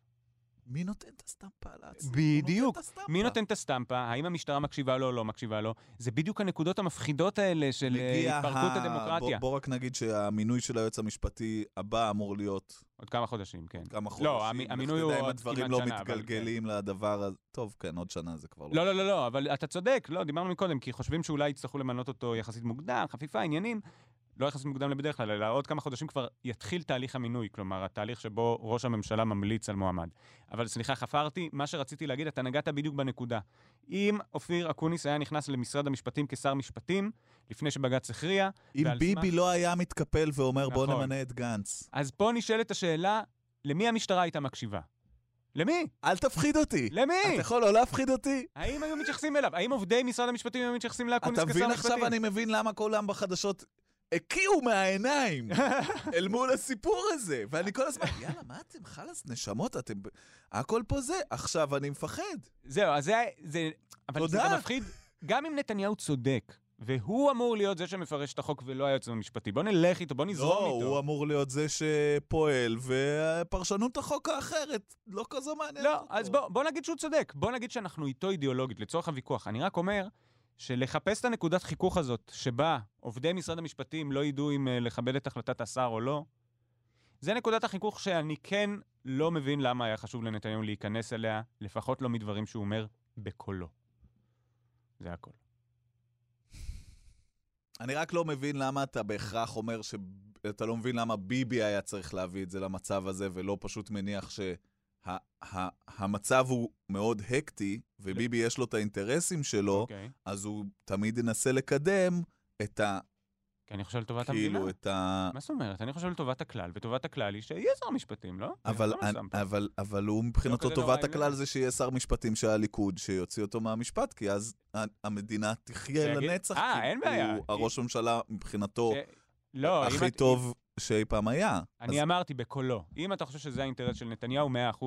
Speaker 2: מי נותן את הסטמפה על העצמו?
Speaker 1: בדיוק.
Speaker 2: אה.
Speaker 1: מי נותן את הסטמפה? האם המשטרה מקשיבה לו או לא מקשיבה לו? זה בדיוק הנקודות המפחידות האלה של אה,
Speaker 2: מגיע
Speaker 1: התפרקות
Speaker 2: ה-
Speaker 1: הדמוקרטיה.
Speaker 2: בוא, בוא רק נגיד שהמינוי של היועץ המשפטי הבא אמור להיות
Speaker 1: עוד כמה חודשים, כן.
Speaker 2: כמה חודשים.
Speaker 1: המי-
Speaker 2: לך
Speaker 1: המינוי הוא
Speaker 2: תדע אם
Speaker 1: עוד
Speaker 2: הדברים
Speaker 1: כמעט
Speaker 2: לא
Speaker 1: שנה, אבל כן.
Speaker 2: מתגלגלים לדבר הזה. טוב, כן, עוד שנה זה כבר לא.
Speaker 1: לא, לא, לא, לא, אבל אתה צודק, לא, דיברנו מקודם, כי חושבים שאולי יצטרכו למנות אותו יחסית מוקדם, חפיפה, עניינים. לא יחסית מוקדם לבדרך כלל, אלא עוד כמה חודשים כבר יתחיל תהליך המינוי, כלומר, התהליך שבו ראש הממשלה ממליץ על מועמד. אבל סליחה, חפרתי, מה שרציתי להגיד, אתה נגעת בדיוק בנקודה. אם אופיר אקוניס היה נכנס למשרד המשפטים כשר משפטים, לפני שבג"ץ הכריע,
Speaker 2: אם
Speaker 1: ועל
Speaker 2: ביבי
Speaker 1: סמך-
Speaker 2: לא היה מתקפל ואומר, בוא
Speaker 1: נכון.
Speaker 2: נמנה את גנץ.
Speaker 1: אז פה נשאלת השאלה, למי המשטרה הייתה מקשיבה? למי?
Speaker 2: אל תפחיד אותי.
Speaker 1: למי?
Speaker 2: אתה יכול לא להפחיד אותי?
Speaker 1: האם היו מתייחסים אליו? האם עובדי משרד המשפטים היו מתייחסים לאקוניס
Speaker 2: אתה
Speaker 1: כשר משפטים?
Speaker 2: מבין עכשיו, אני מבין למה כולם בחדשות הקיאו מהעיניים אל מול הסיפור הזה. ואני כל הזמן, יאללה, מה אתם, חלאס, נשמות, אתם... ב- הכל פה זה, עכשיו אני מפחד.
Speaker 1: זהו, אז זה... זה אבל זה
Speaker 2: תודה.
Speaker 1: גם מפחיד, גם אם נתניהו צודק, והוא אמור להיות זה שמפרש את החוק ולא היועץ המשפטי, בוא נלך איתו, בוא נזרום
Speaker 2: לא,
Speaker 1: איתו.
Speaker 2: הוא אמור להיות זה שפועל, ופרשנות החוק האחרת לא כזו מעניינת
Speaker 1: לא,
Speaker 2: אותו.
Speaker 1: אז בוא, בוא נגיד שהוא צודק. בוא נגיד שאנחנו איתו אידיאולוגית, לצורך הוויכוח. אני רק אומר שלחפש את הנקודת חיכוך הזאת, שבה עובדי משרד המשפטים לא ידעו אם אה, לכבד את החלטת השר או לא, זה נקודת החיכוך שאני כן לא מבין למה היה חשוב לנתניהו להיכנס אליה, לפחות לא מדברים שהוא אומר בקולו. זה הכל.
Speaker 2: אני רק לא מבין למה אתה בהכרח אומר ש... אתה לא מבין למה ביבי היה צריך להביא את זה למצב הזה, ולא פשוט מניח שהמצב הוא מאוד הקטי, וביבי יש לו את האינטרסים שלו,
Speaker 1: אוקיי.
Speaker 2: אז הוא תמיד ינסה לקדם את ה...
Speaker 1: כי אני חושב לטובת המדינה.
Speaker 2: כאילו, את ה...
Speaker 1: מה זאת אומרת? אני חושב לטובת הכלל, וטובת הכלל היא שיהיה שר משפטים, לא?
Speaker 2: אבל,
Speaker 1: אני אף פעם לא שם פה.
Speaker 2: אבל, אבל הוא מבחינתו
Speaker 1: כזה
Speaker 2: טובת
Speaker 1: נורא,
Speaker 2: הכלל
Speaker 1: לא.
Speaker 2: זה שיהיה שר משפטים של הליכוד, שיוציא אותו מהמשפט, כי אז ה- המדינה תחיה
Speaker 1: שיגיד-
Speaker 2: לנצח.
Speaker 1: אה,
Speaker 2: כי
Speaker 1: אין בעיה.
Speaker 2: הוא הראש הממשלה מבחינתו
Speaker 1: ש- לא, אם
Speaker 2: הכי
Speaker 1: את-
Speaker 2: טוב שאי פעם היה.
Speaker 1: אני
Speaker 2: אז-
Speaker 1: אמרתי בקולו. אם אתה חושב שזה האינטרס של נתניהו, 100%.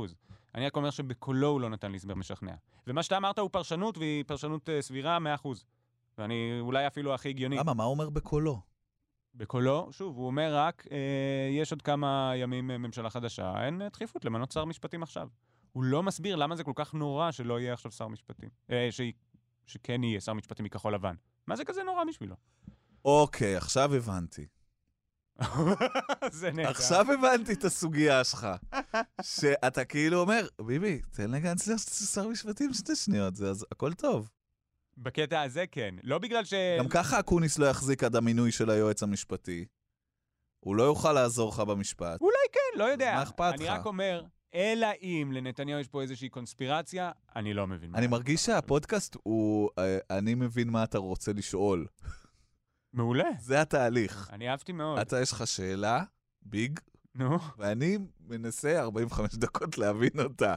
Speaker 1: אני רק אומר שבקולו הוא לא נתן לי הסבר משכנע. ומה שאתה אמרת הוא פרשנות, והיא פרשנות אה, סבירה, 100%. ואני אולי אפילו הכי הגיוני.
Speaker 2: למה, מה הוא אומר בקולו?
Speaker 1: בקולו, שוב, הוא אומר רק, אה, יש עוד כמה ימים אה, ממשלה חדשה, אין אה, דחיפות למנות שר משפטים עכשיו. הוא לא מסביר למה זה כל כך נורא שלא יהיה עכשיו שר משפטים. אה, ש... שכן יהיה שר משפטים מכחול לבן. מה זה כזה נורא בשבילו?
Speaker 2: אוקיי, עכשיו הבנתי.
Speaker 1: זה נהדר.
Speaker 2: עכשיו הבנתי את הסוגיה שלך. שאתה כאילו אומר, ביבי, תן לגנץ להיות שר משפטים שתי שניות, זה אז הכל טוב.
Speaker 1: בקטע הזה כן. לא בגלל ש...
Speaker 2: גם ככה אקוניס לא יחזיק עד המינוי של היועץ המשפטי. הוא לא יוכל לעזור לך במשפט.
Speaker 1: אולי כן, לא יודע.
Speaker 2: אז מה אכפת
Speaker 1: אני
Speaker 2: לך?
Speaker 1: רק אומר, אלא אם לנתניהו יש פה איזושהי קונספירציה, אני לא מבין. מה
Speaker 2: אני
Speaker 1: זה.
Speaker 2: מרגיש שהפודקאסט הוא, אה, אני מבין מה אתה רוצה לשאול.
Speaker 1: מעולה.
Speaker 2: זה התהליך.
Speaker 1: אני אהבתי מאוד.
Speaker 2: אתה, יש לך שאלה, ביג,
Speaker 1: נו,
Speaker 2: ואני מנסה 45 דקות להבין אותה,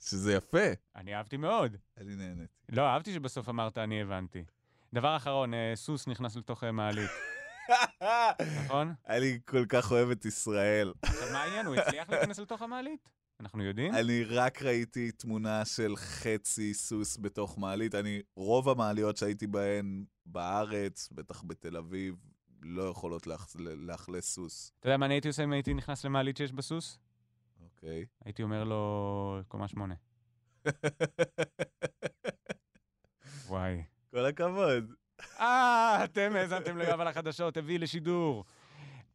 Speaker 2: שזה יפה.
Speaker 1: אני אהבתי מאוד.
Speaker 2: אני נהנית.
Speaker 1: לא, אהבתי שבסוף אמרת, אני הבנתי. דבר אחרון, אה, סוס נכנס לתוך אה, מעלית, נכון?
Speaker 2: אני כל כך אוהב את ישראל.
Speaker 1: עכשיו, מה העניין? הוא הצליח להיכנס לתוך המעלית? אנחנו יודעים?
Speaker 2: אני רק ראיתי תמונה של חצי סוס בתוך מעלית. אני, רוב המעליות שהייתי בהן בארץ, בטח בתל אביב, לא יכולות לאכ- לאכלס סוס,
Speaker 1: אתה יודע מה אני הייתי עושה אם הייתי נכנס למעלית שיש בה סוס?
Speaker 2: אוקיי?
Speaker 1: הייתי אומר לו, קומה שמונה. וואי.
Speaker 2: כל הכבוד.
Speaker 1: אה, אתם האזנתם ליואב על החדשות, הביא לשידור.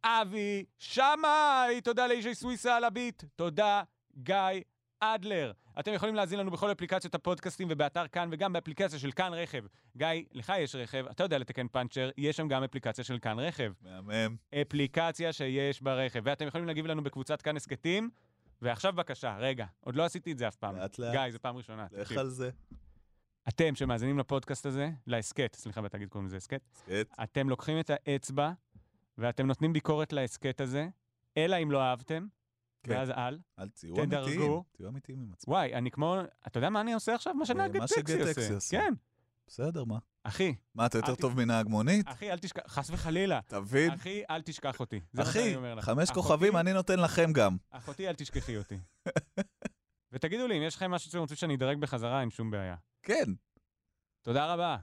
Speaker 1: אבי שמאי, תודה לישי סוויסה על הביט, תודה גיא אדלר. אתם יכולים להזין לנו בכל אפליקציות הפודקאסטים ובאתר כאן וגם באפליקציה של כאן רכב. גיא, לך יש רכב, אתה יודע לתקן פאנצ'ר, יש שם גם אפליקציה של כאן רכב.
Speaker 2: מהמם.
Speaker 1: אפליקציה שיש בה רכב. ואתם יכולים להגיב לנו בקבוצת כאן הסכתים. ועכשיו בבקשה, רגע, עוד לא עשיתי את זה אף פעם.
Speaker 2: לאט לאט.
Speaker 1: גיא, זו פעם ראשונה.
Speaker 2: לך
Speaker 1: תקשיב.
Speaker 2: על זה.
Speaker 1: אתם שמאזינים לפודקאסט הזה, להסכת, סליחה, בתאגיד קוראים לזה הסכת,
Speaker 2: הסכת.
Speaker 1: אתם לוקחים את האצבע ואתם נותנים ביקורת להסכת הזה, אלא אם לא אהבתם,
Speaker 2: כן.
Speaker 1: ואז על.
Speaker 2: אל תהיו
Speaker 1: תדרגו.
Speaker 2: אמיתיים. תהיו אמיתיים עם עצמכם.
Speaker 1: וואי, אני כמו, אתה יודע מה אני עושה עכשיו? מה שנהג
Speaker 2: אה, מה
Speaker 1: הטקסי
Speaker 2: שגט
Speaker 1: עושה.
Speaker 2: טקסי עושה.
Speaker 1: כן,
Speaker 2: בסדר, מה?
Speaker 1: אחי,
Speaker 2: מה, אתה
Speaker 1: אל
Speaker 2: יותר
Speaker 1: ת-
Speaker 2: טוב מנהג מונית?
Speaker 1: אחי, אל תשכח, חס וחלילה.
Speaker 2: תבין.
Speaker 1: אחי, אל תשכח אותי. זה מה
Speaker 2: אחי,
Speaker 1: שאני אומר לך.
Speaker 2: חמש
Speaker 1: אחותי,
Speaker 2: כוכבים אני נותן לכם גם.
Speaker 1: אחותי, אל תשכחי אותי. ותגידו לי, אם יש לכם משהו שאתם רוצים שאני אדרג בחזרה, אין שום בעיה.
Speaker 2: כן.
Speaker 1: תודה רבה.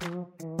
Speaker 3: Thank you.